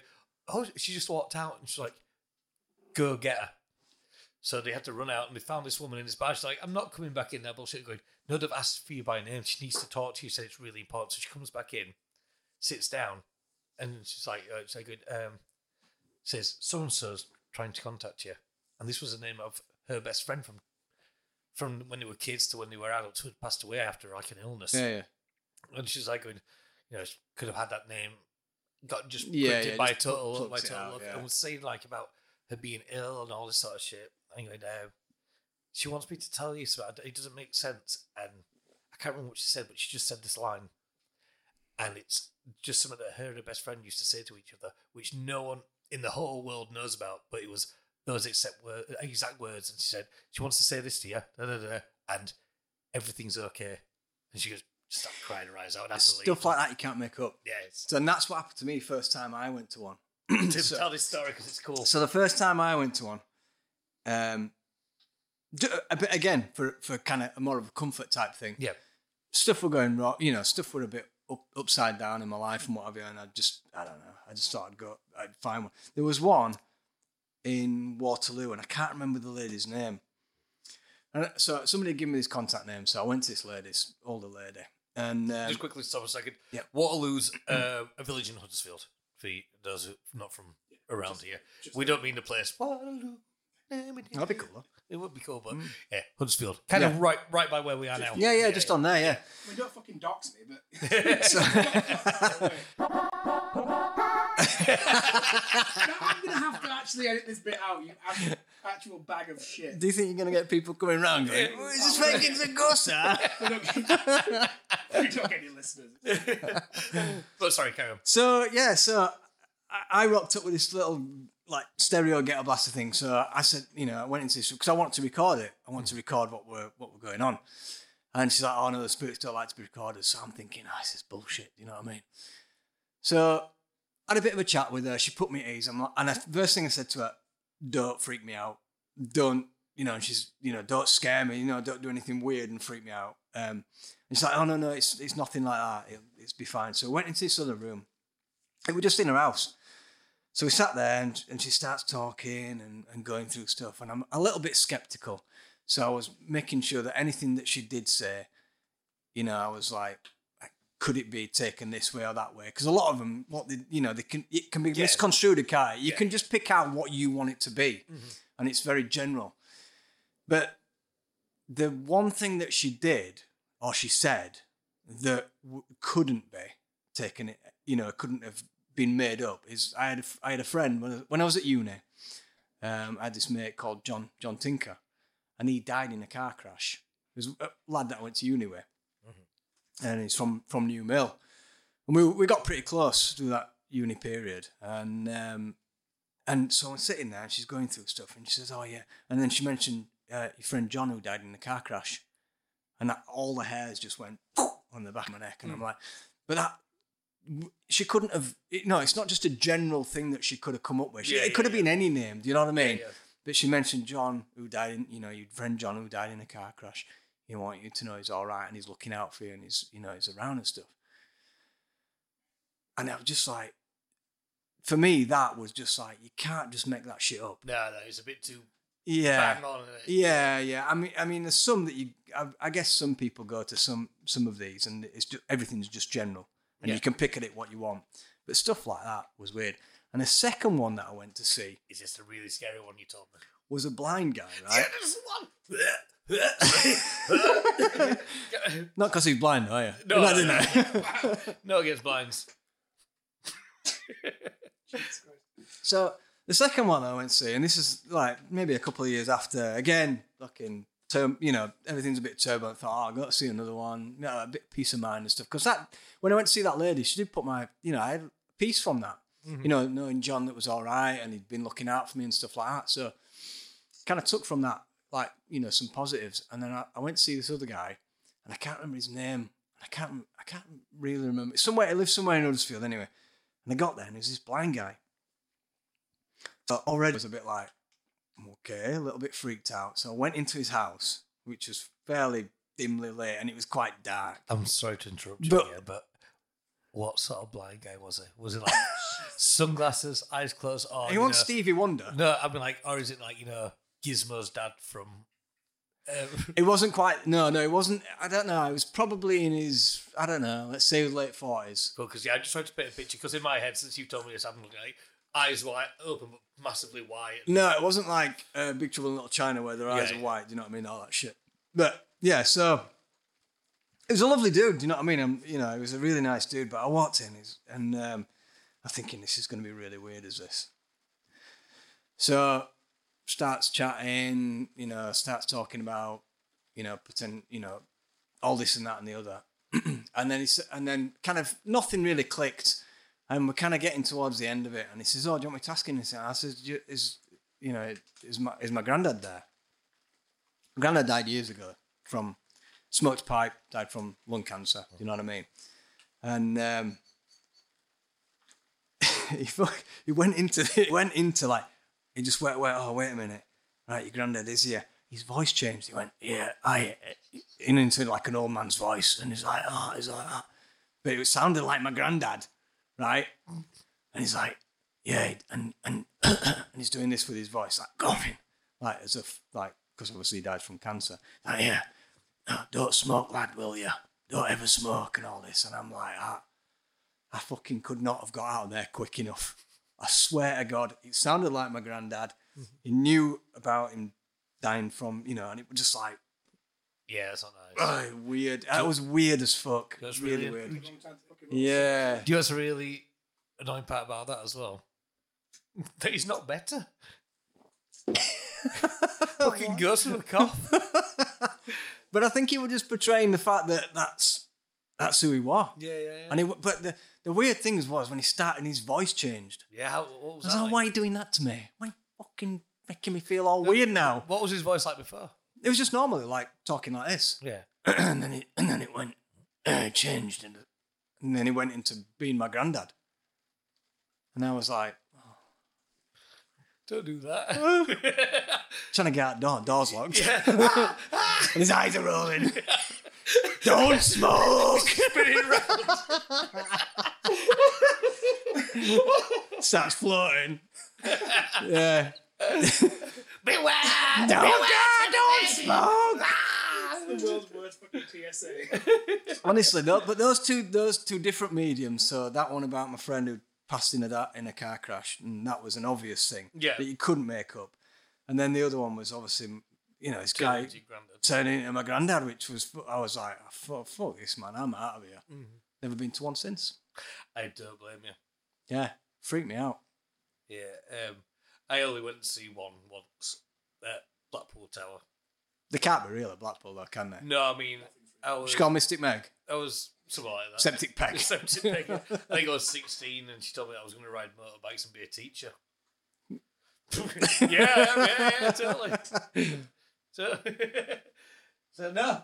B: oh, she just walked out. And she's like, go get her. So they had to run out and they found this woman in this bar. She's like, I'm not coming back in there. Bullshit. Going, no, they've asked for you by name. She needs to talk to you. Said it's really important. So she comes back in, sits down, and she's like, uh, it's like, good, um, says, so and so's trying to contact you. And this was the name of her best friend from from when they were kids to when they were adults who had passed away after like an illness.
C: yeah.
B: And she's like going, you know, she could have had that name, got just
C: Yeah,
B: printed
C: yeah,
B: by
C: just
B: total,
C: pl-
B: by
C: plucked it
B: total
C: out,
B: love,
C: yeah.
B: and was saying like about her being ill and all this sort of shit. And going, uh, she wants me to tell you something. It doesn't make sense, and I can't remember what she said, but she just said this line, and it's just something that her and her best friend used to say to each other, which no one in the whole world knows about. But it was those exact, word, exact words, and she said she wants to say this to you, da, da, da, and everything's okay. And she goes, stop crying her eyes out. And has to leave.
C: Stuff like that you can't make up.
B: Yeah, it's,
C: So, and that's what happened to me first time I went to one.
B: Tim,
C: So-
B: tell this story because it's cool.
C: So the first time I went to one, um, d- a bit again for for kind of more of a comfort type thing.
B: yeah,
C: Stuff were going wrong, you know. Stuff were a bit up, upside down in my life and what have you. And I just, I don't know. I just thought I'd go, I'd find one. There was one in Waterloo, and I can't remember the lady's name. And uh, so somebody gave me this contact name, so I went to this lady, this older lady, and um,
B: just quickly stop a second.
C: yeah.
B: Waterloo's uh, a village in Huddersfield. For those who not from around here, we don't mean the place. Waterloo.
C: That'd be cool. Mm.
B: It would be cool, but yeah, Huddersfield, kind of
C: Yeah.
B: right, right by where we are now.
C: Yeah, yeah, just on there, yeah.
D: I mean, don't fucking dox me, but
C: So-
D: I'm gonna have to actually edit this bit out. You act- actual bag of shit.
C: Do you think you're going to get people coming round going, "Oh, it's just making the gossa?
D: We don't get, we don't get any listeners.
B: But Oh, sorry, carry on.
C: So yeah, so I, I rocked up with this little like stereo ghetto blaster thing. So I said, you know, I went into this because I wanted to record it. I wanted to record what were what were going on. And she's like, oh no, the spirits don't like to be recorded. So I'm thinking, oh, this is bullshit. You know what I mean? So I had a bit of a chat with her. She put me at ease. I'm like, and the first thing I said to her, don't freak me out. Don't, you know, and she's, you know, don't scare me. You know, don't do anything weird and freak me out. Um, and she's like, oh, no, no, it's, it's nothing like that. It, it's be fine. So I went into this other room. It was just in her house. So we sat there and, and she starts talking and, and going through stuff. And I'm a little bit skeptical. So I was making sure that anything that she did say, you know, I was like, could it be taken this way or that way? Because a lot of them, what they, you know, they can it can be misconstrued. Can it? You can just pick out what you want it to be, and it's very general. But the one thing that she did or she said that w- couldn't be taken, it you know, couldn't have been made up is I had a, f- I had a friend when I, when I was at uni. Um, I had this mate called John John Tinker, and he died in a car crash. He was a lad that I went to uni with
B: Mm-hmm.
C: and he's from from New Mill. And we we got pretty close through that uni period, and um, and so I'm sitting there, and she's going through stuff, and she says, "Oh yeah," and then she mentioned uh, your friend John who died in the car crash, and that, all the hairs just went on the back of my neck,
B: Mm.
C: and I'm like, but that. She couldn't have. It, no, it's not just a general thing that she could have come up with. She,
B: Yeah,
C: it could
B: yeah,
C: have been any name. Do you know what I mean? But she mentioned John, who died in, you know, your friend John, who died in a car crash. He want you to know he's all right and he's looking out for you and he's, you know, he's around and stuff. And I was just like, for me, that was just like, you can't just make that shit up.
B: No, no, it's a bit too
C: Yeah.
B: bang on. isn't it?
C: Yeah, yeah. I mean, I mean, there's some that you. I, I guess some people go to some some of these, and it's just everything's just general, and you can pick at it what you want. But stuff like that was weird. And the second one that I went to see
B: It's just a really scary one you told me.
C: was a blind guy, right?
B: This one.
C: Not because he's blind, are you?
B: No,
C: I didn't
B: no,
C: know.
B: no against blinds.
C: so the second one I went to see, and this is like maybe a couple of years after. Again, fucking term, you know, everything's a bit turbulent. I thought, oh, I got to see another one. You know, a bit peace of mind and stuff. Because that when I went to see that lady, she did put my, you know, I had a piece from that. You know, knowing John that was all right, and he'd been looking out for me and stuff like that. So kind of took from that, like you know, some positives. And then I, I went to see this other guy, and I can't remember his name. I can't, I can't really remember. Somewhere he lives somewhere in Huddersfield, anyway. And I got there, and it was this blind guy. So already I was a bit like, okay, a little bit freaked out. So I went into his house, which was fairly dimly lit, and it was quite dark.
B: I'm sorry to interrupt you
C: But-
B: here, but what sort of blind guy was it? Was it like sunglasses, eyes closed, or
C: He
B: you
C: wants
B: know-
C: Stevie Wonder.
B: Oh, No, I mean like, or is it like you know Gizmo's dad from?
C: Uh,
B: Um,
C: It wasn't quite. No, no, it wasn't. I don't know. It was probably in his. I don't know. Let's say late forties.
B: because yeah, I just tried to paint a picture. Because in my head, since you told me this, I'm looking like eyes wide open, but massively wide.
C: No, it wasn't like uh, Big Trouble in Little China where their eyes
B: Yeah.
C: are white. Do you know what I mean? All that shit. But yeah, so it was a lovely dude. Do you know what I mean? I'm, you know, he was a really nice dude. But I walked in he's- and um, I'm thinking this is going to be really weird. Is this? So starts chatting. You know, starts talking about you know pretend you know all this and that and the other. and then he's and then kind of nothing really clicked. And we're kind of getting towards the end of it, and he says, "Oh, do you want me to ask him?" this?" And I says, "Do you- "Is you know, is my is my granddad there? My granddad died years ago from smoked pipe, died from lung cancer. You know what I mean? And um, he fuck, he went into he went into like he just went wait oh wait a minute right your granddad is here. His voice changed. He went yeah I in into like an old man's voice, and he's like oh he's like that, but it sounded like my granddad, right? And he's like yeah, and and and he's doing this with his voice, like coughing, like as if like because obviously he died from cancer. Like yeah, "Oh, don't smoke, lad, will you? Don't ever smoke and all this. And I'm like, I, I fucking could not have got out of there quick enough. I swear to God, it sounded like my granddad. He knew about him dying from, you know, and it was just like,
B: Yeah, that's not nice.
C: oh, weird. That was weird as fuck.
B: That's
C: really
B: really-
C: weird.
D: Wrong time to fucking roll.
C: Yeah.
B: Do you know what's a really annoying part about that as well? That he's not better. Fucking goes to the cop.
C: But I think he was just portraying the fact that that's that's who he was.
B: Yeah, yeah, yeah.
C: And he, w- but the, the weird thing was when he started, his voice changed.
B: yeah, how, what was
C: I was
B: that
C: like,
B: like?
C: why are you doing that to me? Why are you fucking making me feel all weird now?
B: What was his voice like before?
C: It was just normally like talking like this.
B: Yeah.
C: and then it and then it went uh, changed and, and then he went into being my granddad. And I was like
B: Don't do that.
C: trying to get out the door, door's locked.
B: yeah.
C: And his eyes are rolling. Don't smoke. Starts floating. Yeah.
B: Beware! Ah!
C: Don't, don't smoke.
D: It's the world's worst fucking PSA.
C: Honestly, though, but those two those two different mediums. So that one about my friend who passed in a da- in a car crash, and that was an obvious thing
B: Yeah.
C: that you couldn't make up. And then the other one was obviously, you know, this guy
B: Your granddad.
C: turning into my granddad, which was fu- I was like, "Oh, fuck, fuck this man, I'm out of here.
B: Mm-hmm.
C: Never been to one since.
B: I don't blame you.
C: Yeah, freaked me out.
B: Yeah. Um, I only went to see one once at Blackpool Tower.
C: They can't be real at Blackpool though, can they?
B: No, I mean, I was,
C: She called Mystic Meg,
B: I was something like that.
C: Septic Peg.
B: Septic pig. I think I was 16 and she told me I was going to ride motorbikes and be a teacher. yeah, yeah, yeah, yeah, totally. So, so no. uh,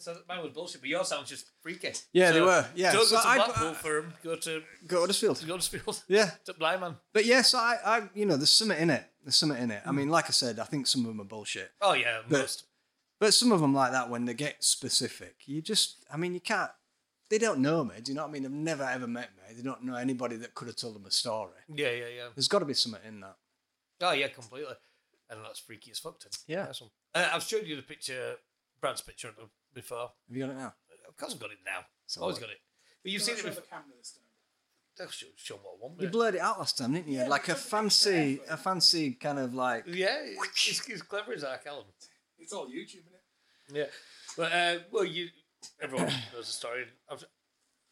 B: So mine was bullshit, but yours sounds just freaky.
C: Yeah, they
B: So
C: were, yeah.
B: don't
C: So
B: go to
C: I-
B: Blackpool for 'em, Go to
C: Go Huddersfield.
B: Godsfield.
C: Yeah,
B: to Blind Man.
C: but yes, I, I, you know, there's something in it. There's something in it.
B: Mm.
C: I mean, like I said, I think some of them are bullshit.
B: Oh yeah, most.
C: But some of them like that when they get specific, you just, I mean, you can't. They don't know me. Do you know what I mean? They've never ever met me. They don't know anybody that could have told them a story.
B: Yeah, yeah, yeah.
C: There's got to be something in that.
B: Oh yeah, completely. And that's freaky as fuck. Tim.
C: Yeah.
B: That's one. Uh, I've showed you the picture, Brad's picture of them before.
C: Have you got it now?
B: Of course, I've got it now.
C: So
B: Always
C: what?
B: got it. But you've
D: Don't
B: seen it
D: show
B: before.
D: the camera this time.
B: I'll show, show what I want.
C: You
B: mate.
C: blurred it out last time, didn't you? like a fancy, a fancy kind of like.
B: Yeah, he's, he's clever as Ark Allen.
D: It's all YouTube, innit?
B: Yeah, but uh, well, you everyone knows the story. I've,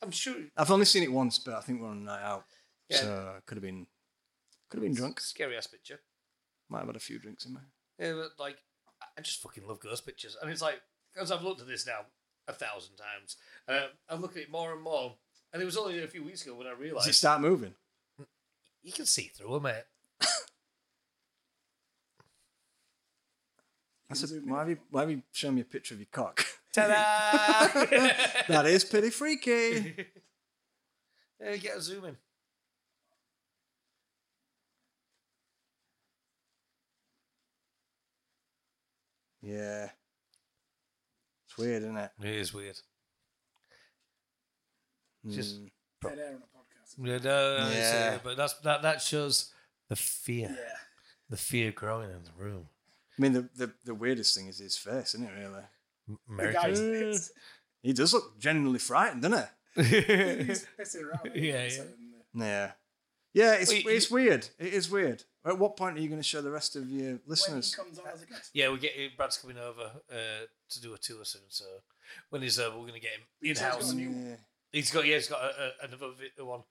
B: I'm sure.
C: I've only seen it once, but I think we're on a night out,
B: Yeah.
C: so I could have been, could have been drunk.
B: Scary ass picture.
C: Might have had a few drinks in there.
B: Yeah, but like I- I just fucking love ghost pictures, and it's like because I've looked at this now a thousand times. Uh, I'm looking at it more and more, and it was only a few weeks ago when I
C: Does
B: realised
C: it start moving?
B: you can see through them, mate.
C: That's a, why have you why have you shown me a picture of your cock?
B: Ta-da!
C: that is pretty freaky.
B: Yeah, get a zoom in.
C: yeah. It's weird, isn't it?
B: It is weird. Just
D: Dead air on a podcast.
B: yeah, no, no, it's, uh,
C: Yeah.
B: but that's that that shows the fear,
D: Yeah.
B: the fear growing in the room.
C: I mean, the, the, the weirdest thing is his face, isn't it? Really,
D: The guy's
B: American.
D: pissed.
C: he does look genuinely frightened, doesn't he?
D: He's pissing around.
B: Yeah, yeah.
D: Suddenly.
C: Yeah, yeah. It's
B: Wait,
C: it's weird. It is weird. At what point are you going to show the rest of your
D: When he
C: listeners?
D: comes on as a guest.
B: yeah, we get Brad's coming over uh, to do a tour soon, so when he's over, we're gonna get him in house.
C: Yeah.
B: He's got yeah, he's got a, a, another vi- one.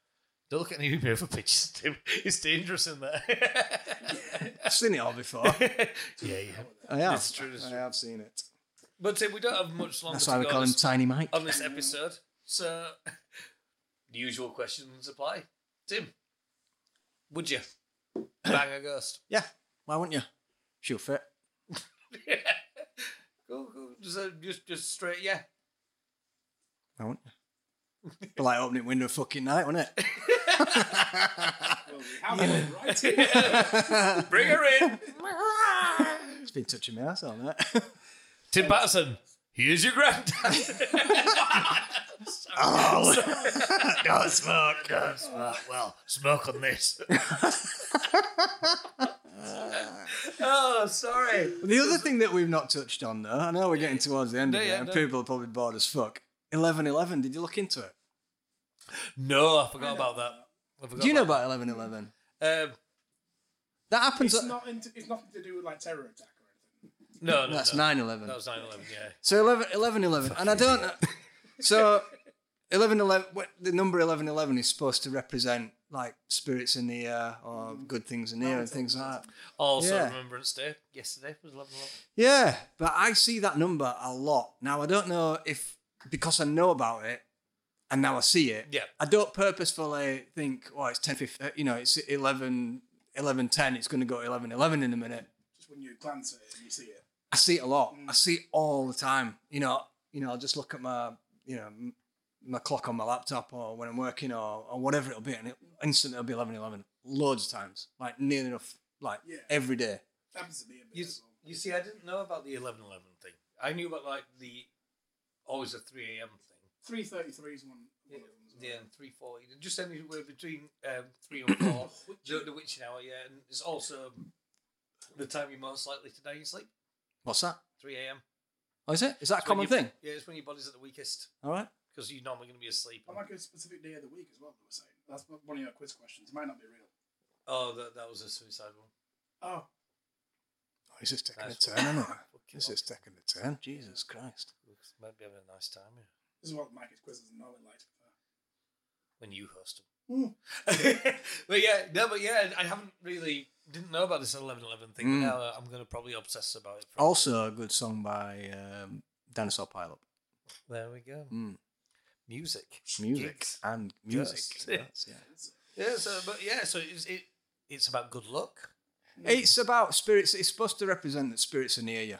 B: Don't look at any of the other pictures, Tim. It's dangerous in there.
C: I've seen it all before.
B: yeah, yeah.
C: I have.
B: It's true, it's
C: I
B: true.
C: have seen it.
B: But Tim, we don't have much longer.
C: That's
B: to
C: why we
B: go
C: call
B: on
C: him
B: this-
C: Tiny Mike.
B: on this episode. So, the usual questions apply. Tim, would you bang a ghost?
C: Yeah. Why wouldn't you? She'll fit.
B: Go, go, just, uh, just, just straight, yeah.
C: Why wouldn't you? Be like opening window fucking night, wouldn't it?
D: Well, we have it, right?
B: Bring her in.
C: It's been touching my ass all night.
B: Tim Patterson, here's your granddad.
C: Oh. Don't smoke.
B: well, smoke on this. oh, sorry.
C: The other thing that we've not touched on, though, I know we're getting towards the end of
B: Yeah,
C: it,
B: yeah,
C: and
B: no.
C: people are probably bored as fuck. Eleven Eleven. Did you look into it?
B: No, I forgot about that. I forgot
C: Do you know about Eleven Eleven?
B: Um,
C: That happens.
D: It's
C: at-
D: not. Into, it's nothing to do with like terror attack or anything.
B: No, no,
C: that's
B: no.
C: 9 11.
B: That was 9 11, yeah.
C: So 11, 11, 11. And I don't know. So 11, 11, what- the number 11, 11 is supposed to represent like spirits in the air or good things in the air and things like that.
B: Also,
C: Yeah.
B: Remembrance Day. Yesterday was 11 11.
C: Yeah, but I see that number a lot. Now, I don't know if because I know about it and now I see it,
B: Yeah.
C: I don't purposefully think, oh, it's 10, 15, you know, it's 11, 11, 10, it's going to go to 11, 11 in a minute.
D: Just when you glance at it and you see it.
C: I see it a lot. I see it all the time. You know, you know, I'll just look at my, you know, m- my clock on my laptop or when I'm working or, or whatever it'll be, and it instantly it'll be eleven eleven. Loads of times, like near enough, like
D: Yeah.
C: every day.
D: Happens to me a bit.
B: You,
D: as well.
B: you see, I didn't know about the 11 11 thing. I knew about like the always a 3 a.m. thing.
D: Three thirty-three is one. one of them as well.
B: Yeah, and 3 4. Just anywhere between um, 3 and 4. the, the witching hour, yeah. And it's also the time you're most likely to die in your sleep
C: What's that?
B: 3 a.m.
C: Oh, is it? Is that a
B: It's when
C: common
B: your-
C: thing?
B: Yeah, it's when your body's at the weakest
C: All right.
B: because you're normally going to be asleep.
D: I like a specific day of the week as well. They were saying that's one of your quiz questions. It might not be real.
B: Oh, that, that was a suicide one.
D: Oh,
C: Oh, it's just taking
B: That's
C: a
B: what-
C: turn, isn't it?
B: Fucking
C: It's just taking a turn. Jesus Christ.
B: Looks- Might be having a nice time here
D: this is what Mike's quizzes and all it like.
B: when you host them.
C: Hmm.
B: but yeah, no, but yeah, I haven't really didn't know about this 11 11 thing.
C: Mm.
B: But now I'm going to probably obsess about it. For
C: Also, a good song by um, Dinosaur Pilot.
B: there we go.
C: Mm.
B: Music,
C: Music
B: Gigs.
C: and music.
B: Yes.
C: That's- yeah.
B: Yeah, so but yeah, so it's it, it's about good luck.
C: It's about spirits. It's supposed to represent that spirits are near you.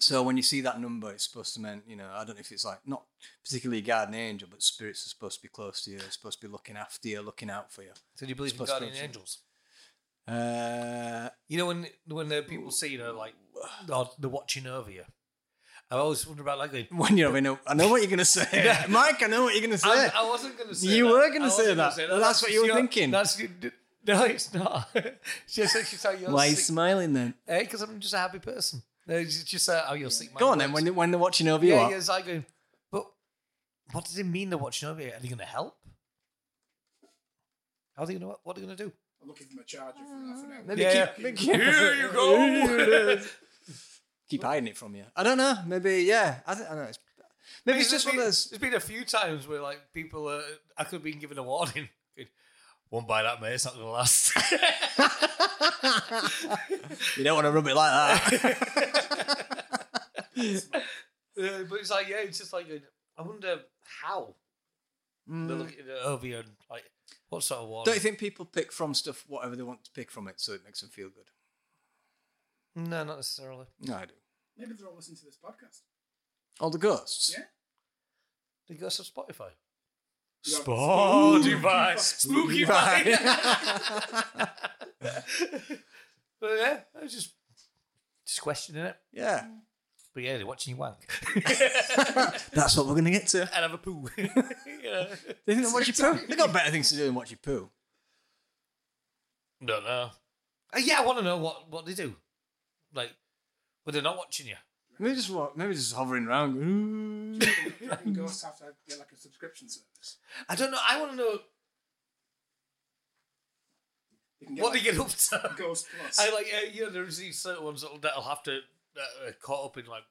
C: So when you see that number, it's supposed to mean, you know, I don't know if it's like not particularly a guardian angel, but spirits are supposed to be close to you. They're supposed to be looking after you, looking out for you.
B: So do you believe in
C: Supposed to
B: guardian
C: be-
B: angels?
C: Uh,
B: You know when when uh, people say you know like oh, they're watching over you. I always wonder about like the.
C: when you're having a, I know what you're gonna say, Mike. I know what you're gonna say.
B: I, I wasn't going to say
C: You
B: that.
C: were
B: I
C: gonna
B: wasn't
C: say
B: gonna
C: that. That's what you were
B: your-
C: thinking.
B: That's no, it's not. it's just actually how you're.
C: Why are you
B: sick-
C: smiling then?
B: Hey, because Eh? I'm just a happy person. No, It's just uh, how you'll see.
C: Go on then. When when they're watching over you,
B: yeah,
C: what?
B: yeah, it's like going. But what does it mean they're watching over you? Are they going to help? How are they going to? What are they going to do?
D: I'm looking for my charger for half an hour.
C: Maybe
B: Yeah,
C: keep,
B: yeah.
C: maybe
B: Here you go.
C: keep hiding it from you. I don't know. Maybe yeah. I don't, I don't know. It's, maybe it's just
B: been,
C: one of those.
B: There's been a few times where like people, uh, I could have been given a warning. Won't buy that, mate. It's not going to last.
C: You don't want to rub it like that.
B: Uh, but it's like, yeah, it's just like, I wonder how
C: Mm.
B: they're looking at over you and like, what sort of warning?
C: Don't you think people pick from stuff whatever they want to pick from it, so it makes them feel good?
B: No, not necessarily.
C: No, I do.
D: Maybe they're all listening to this podcast.
C: All the ghosts.
D: Yeah.
B: The ghost of Spotify.
D: Yeah.
B: Spotify. Spooky
C: Right.
B: vibe. but yeah, I was just, just questioning it.
C: yeah.
B: But yeah, they're watching you wank.
C: That's what we're gonna get to.
B: and have a poo. you know?
C: They think they watch your poo. They got better things to do than watch your poo.
B: Don't know. Uh, yeah, I want to know what, what they do. Like, but they're not watching you.
C: Maybe just walk, maybe just hovering around. going, "Ooh."
D: Dragon Ghosts have to get like a subscription service.
B: I don't know. I want to know
D: They can
B: what
D: like,
B: they get up to.
D: Ghost Plus.
B: I like uh, you know there's these certain ones that'll, that'll have to uh, uh, caught up in like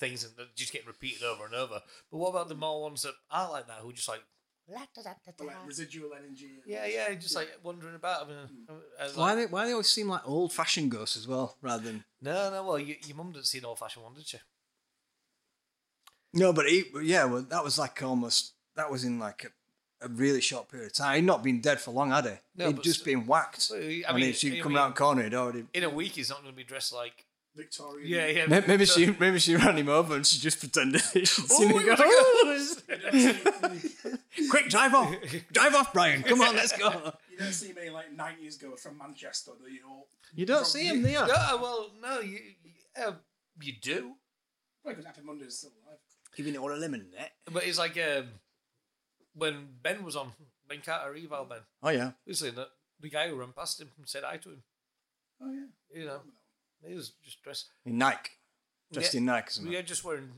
B: things and they just get repeated over and over. But what about the more ones that are like that who just like
D: for, like residual energy. and-
B: yeah yeah just like wandering about. I mean, uh, like,
C: why they why they always seem like old fashioned ghosts as well, rather than
B: no no well you, your mum didn't see an old fashioned one did she?
C: no, but he, yeah, well, that was like almost that was in like a, a really short period of time. He'd not been dead for long, had he?
B: No,
C: He'd
B: but
C: just
B: s-
C: been whacked.
B: I mean,
C: and if she'd
B: I
C: come
B: mean-
C: round the corner, he'd already.
B: In a week he's not going to be dressed like
D: Victorian.
B: yeah yeah
C: May- Maybe
B: so-
C: she, maybe she ran him over and she just pretended that she'd
B: Oh,
C: seen him
B: it
C: go.
B: was a
C: Quick, drive off. drive off, Brian. Come on, let's go.
D: You don't see many like 90s ghosts from Manchester, do you? All
C: You don't see him there.
B: girl. no well no you you, uh, you do
D: Well, because Happy Monday is still alive.
C: Giving it all a lemon, eh?
B: but it's like um, when Ben was on Ben Carter Eval Ben.
C: Oh, yeah.
B: Obviously, the, the guy who ran past him and said hi to him.
D: Oh yeah.
B: You know, he was just dressed.
C: In Nike. Just
B: Yeah.
C: in Nike. Isn't
B: We
C: it?
B: are just wearing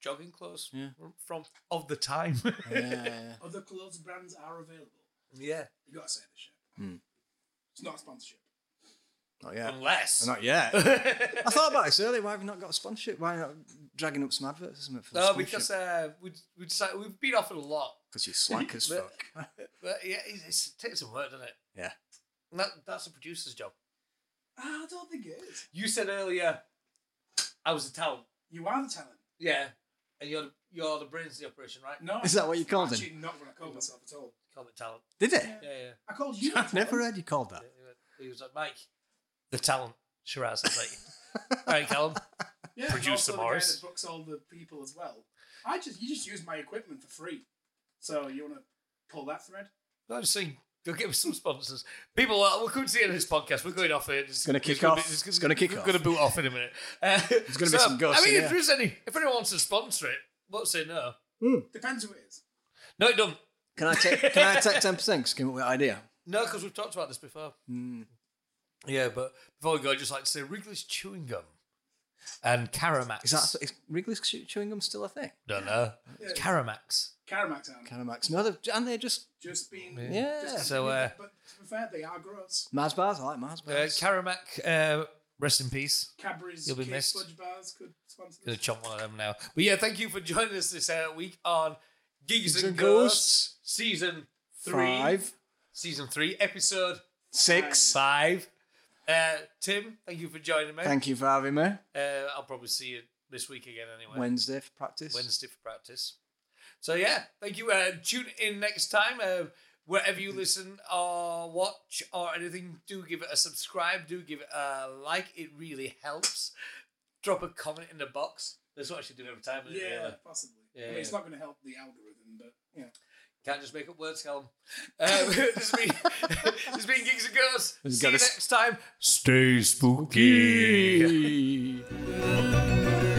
B: jogging clothes
C: Yeah.
B: from- from of the time.
C: Yeah. yeah, yeah.
D: Other clothes brands are available.
B: yeah.
D: You gotta say this shit. It's not a sponsorship.
C: Not yet.
B: Unless.
C: Not yet. I thought about this earlier. Why have we not got a sponsorship? Why are you not dragging up some advertisement for the
B: no,
C: sponsorship?
B: because uh, we'd, we'd say, we've been offered a lot.
C: 'Cause you're slack as
B: But-
C: fuck.
B: But yeah, it's, it's, it takes some work, doesn't it?
C: Yeah.
B: And that, that's a producer's job.
D: Ah, I don't think it is.
B: You said earlier, I was a talent.
D: You are the talent.
B: Yeah. And you're the, you're the brains of the operation, right?
D: No.
C: Is that what you
D: I'm
C: called him?
D: actually not what I called myself at all.
B: Call it talent.
C: Did it?
D: Yeah.
B: Yeah, yeah.
D: I called you. the
C: I've never
D: talent.
C: heard you called that.
B: He went- He was like, Mike, the talent, Shiraz. I was like, all right, Callum.
D: Yeah, and
B: Producer
D: also the guy
B: Morris.
D: that books all the people as well. I just you just use my equipment for free. So you want to pull that thread?
B: I'm just saying, go get some sponsors. People, are, we're coming to the end of this podcast. We're going off here. It's
C: gonna kick
B: gonna be-
C: off. It's gonna kick
B: we're
C: off.
B: Going to boot off in a minute. Uh, There's
C: gonna be some gusts
B: I mean,
C: in
B: if
C: here.
B: there's any, if anyone wants to sponsor it, won't say no.
D: Depends who it is.
B: No, it don't.
C: Can I take? Can I take ten percent? Cause I came up with an idea.
B: No, because we've talked about this before. Hmm. Yeah, but before we go, I'd just like to say Wrigley's chewing gum and Caramax.
C: Is that is Wrigley's chew- chewing gum still a thing?
B: Don't know. It's Caramax.
D: Caramax and
C: Canamax. No, they're, and they're just
D: just being
C: yeah.
D: just-
B: So, uh,
D: but to be fair, they are gross.
C: Mars bars. I like Mars
B: Uh,
C: bars.
B: Caramac, uh, rest in peace.
D: Cadbury's
B: You'll be
D: Kit
B: missed.
D: fudge bars could sponsor.
B: Gonna
D: This.
B: chomp one of them now. But yeah, thank you for joining us this uh, week on Gigs,
C: Gigs
B: and
C: and
B: Ghosts,
C: Ghosts.
B: season three,
C: Five,
B: season three, episode
C: six.
B: five. Uh, Tim, thank you for joining me.
C: Thank you for having me.
B: uh, I'll probably see you this week again anyway.
C: Wednesday for practice.
B: Wednesday for practice. So yeah, thank you. Uh, tune in next time. Uh, wherever
C: Mm-hmm.
B: you listen or watch or anything, do give it a subscribe. Do give it a like. It really helps. Drop a comment in the box. That's what I should do every time. isn't it,
D: Yeah,
B: really?
D: possibly.
B: Yeah,
D: I mean,
B: yeah.
D: it's not going to help the algorithm, but yeah.
B: Can't just make up words, Callum. Um, this has been this has been Gigs and Girls.
C: This has
B: See
C: got
B: you
C: us-
B: next time. Stay spooky.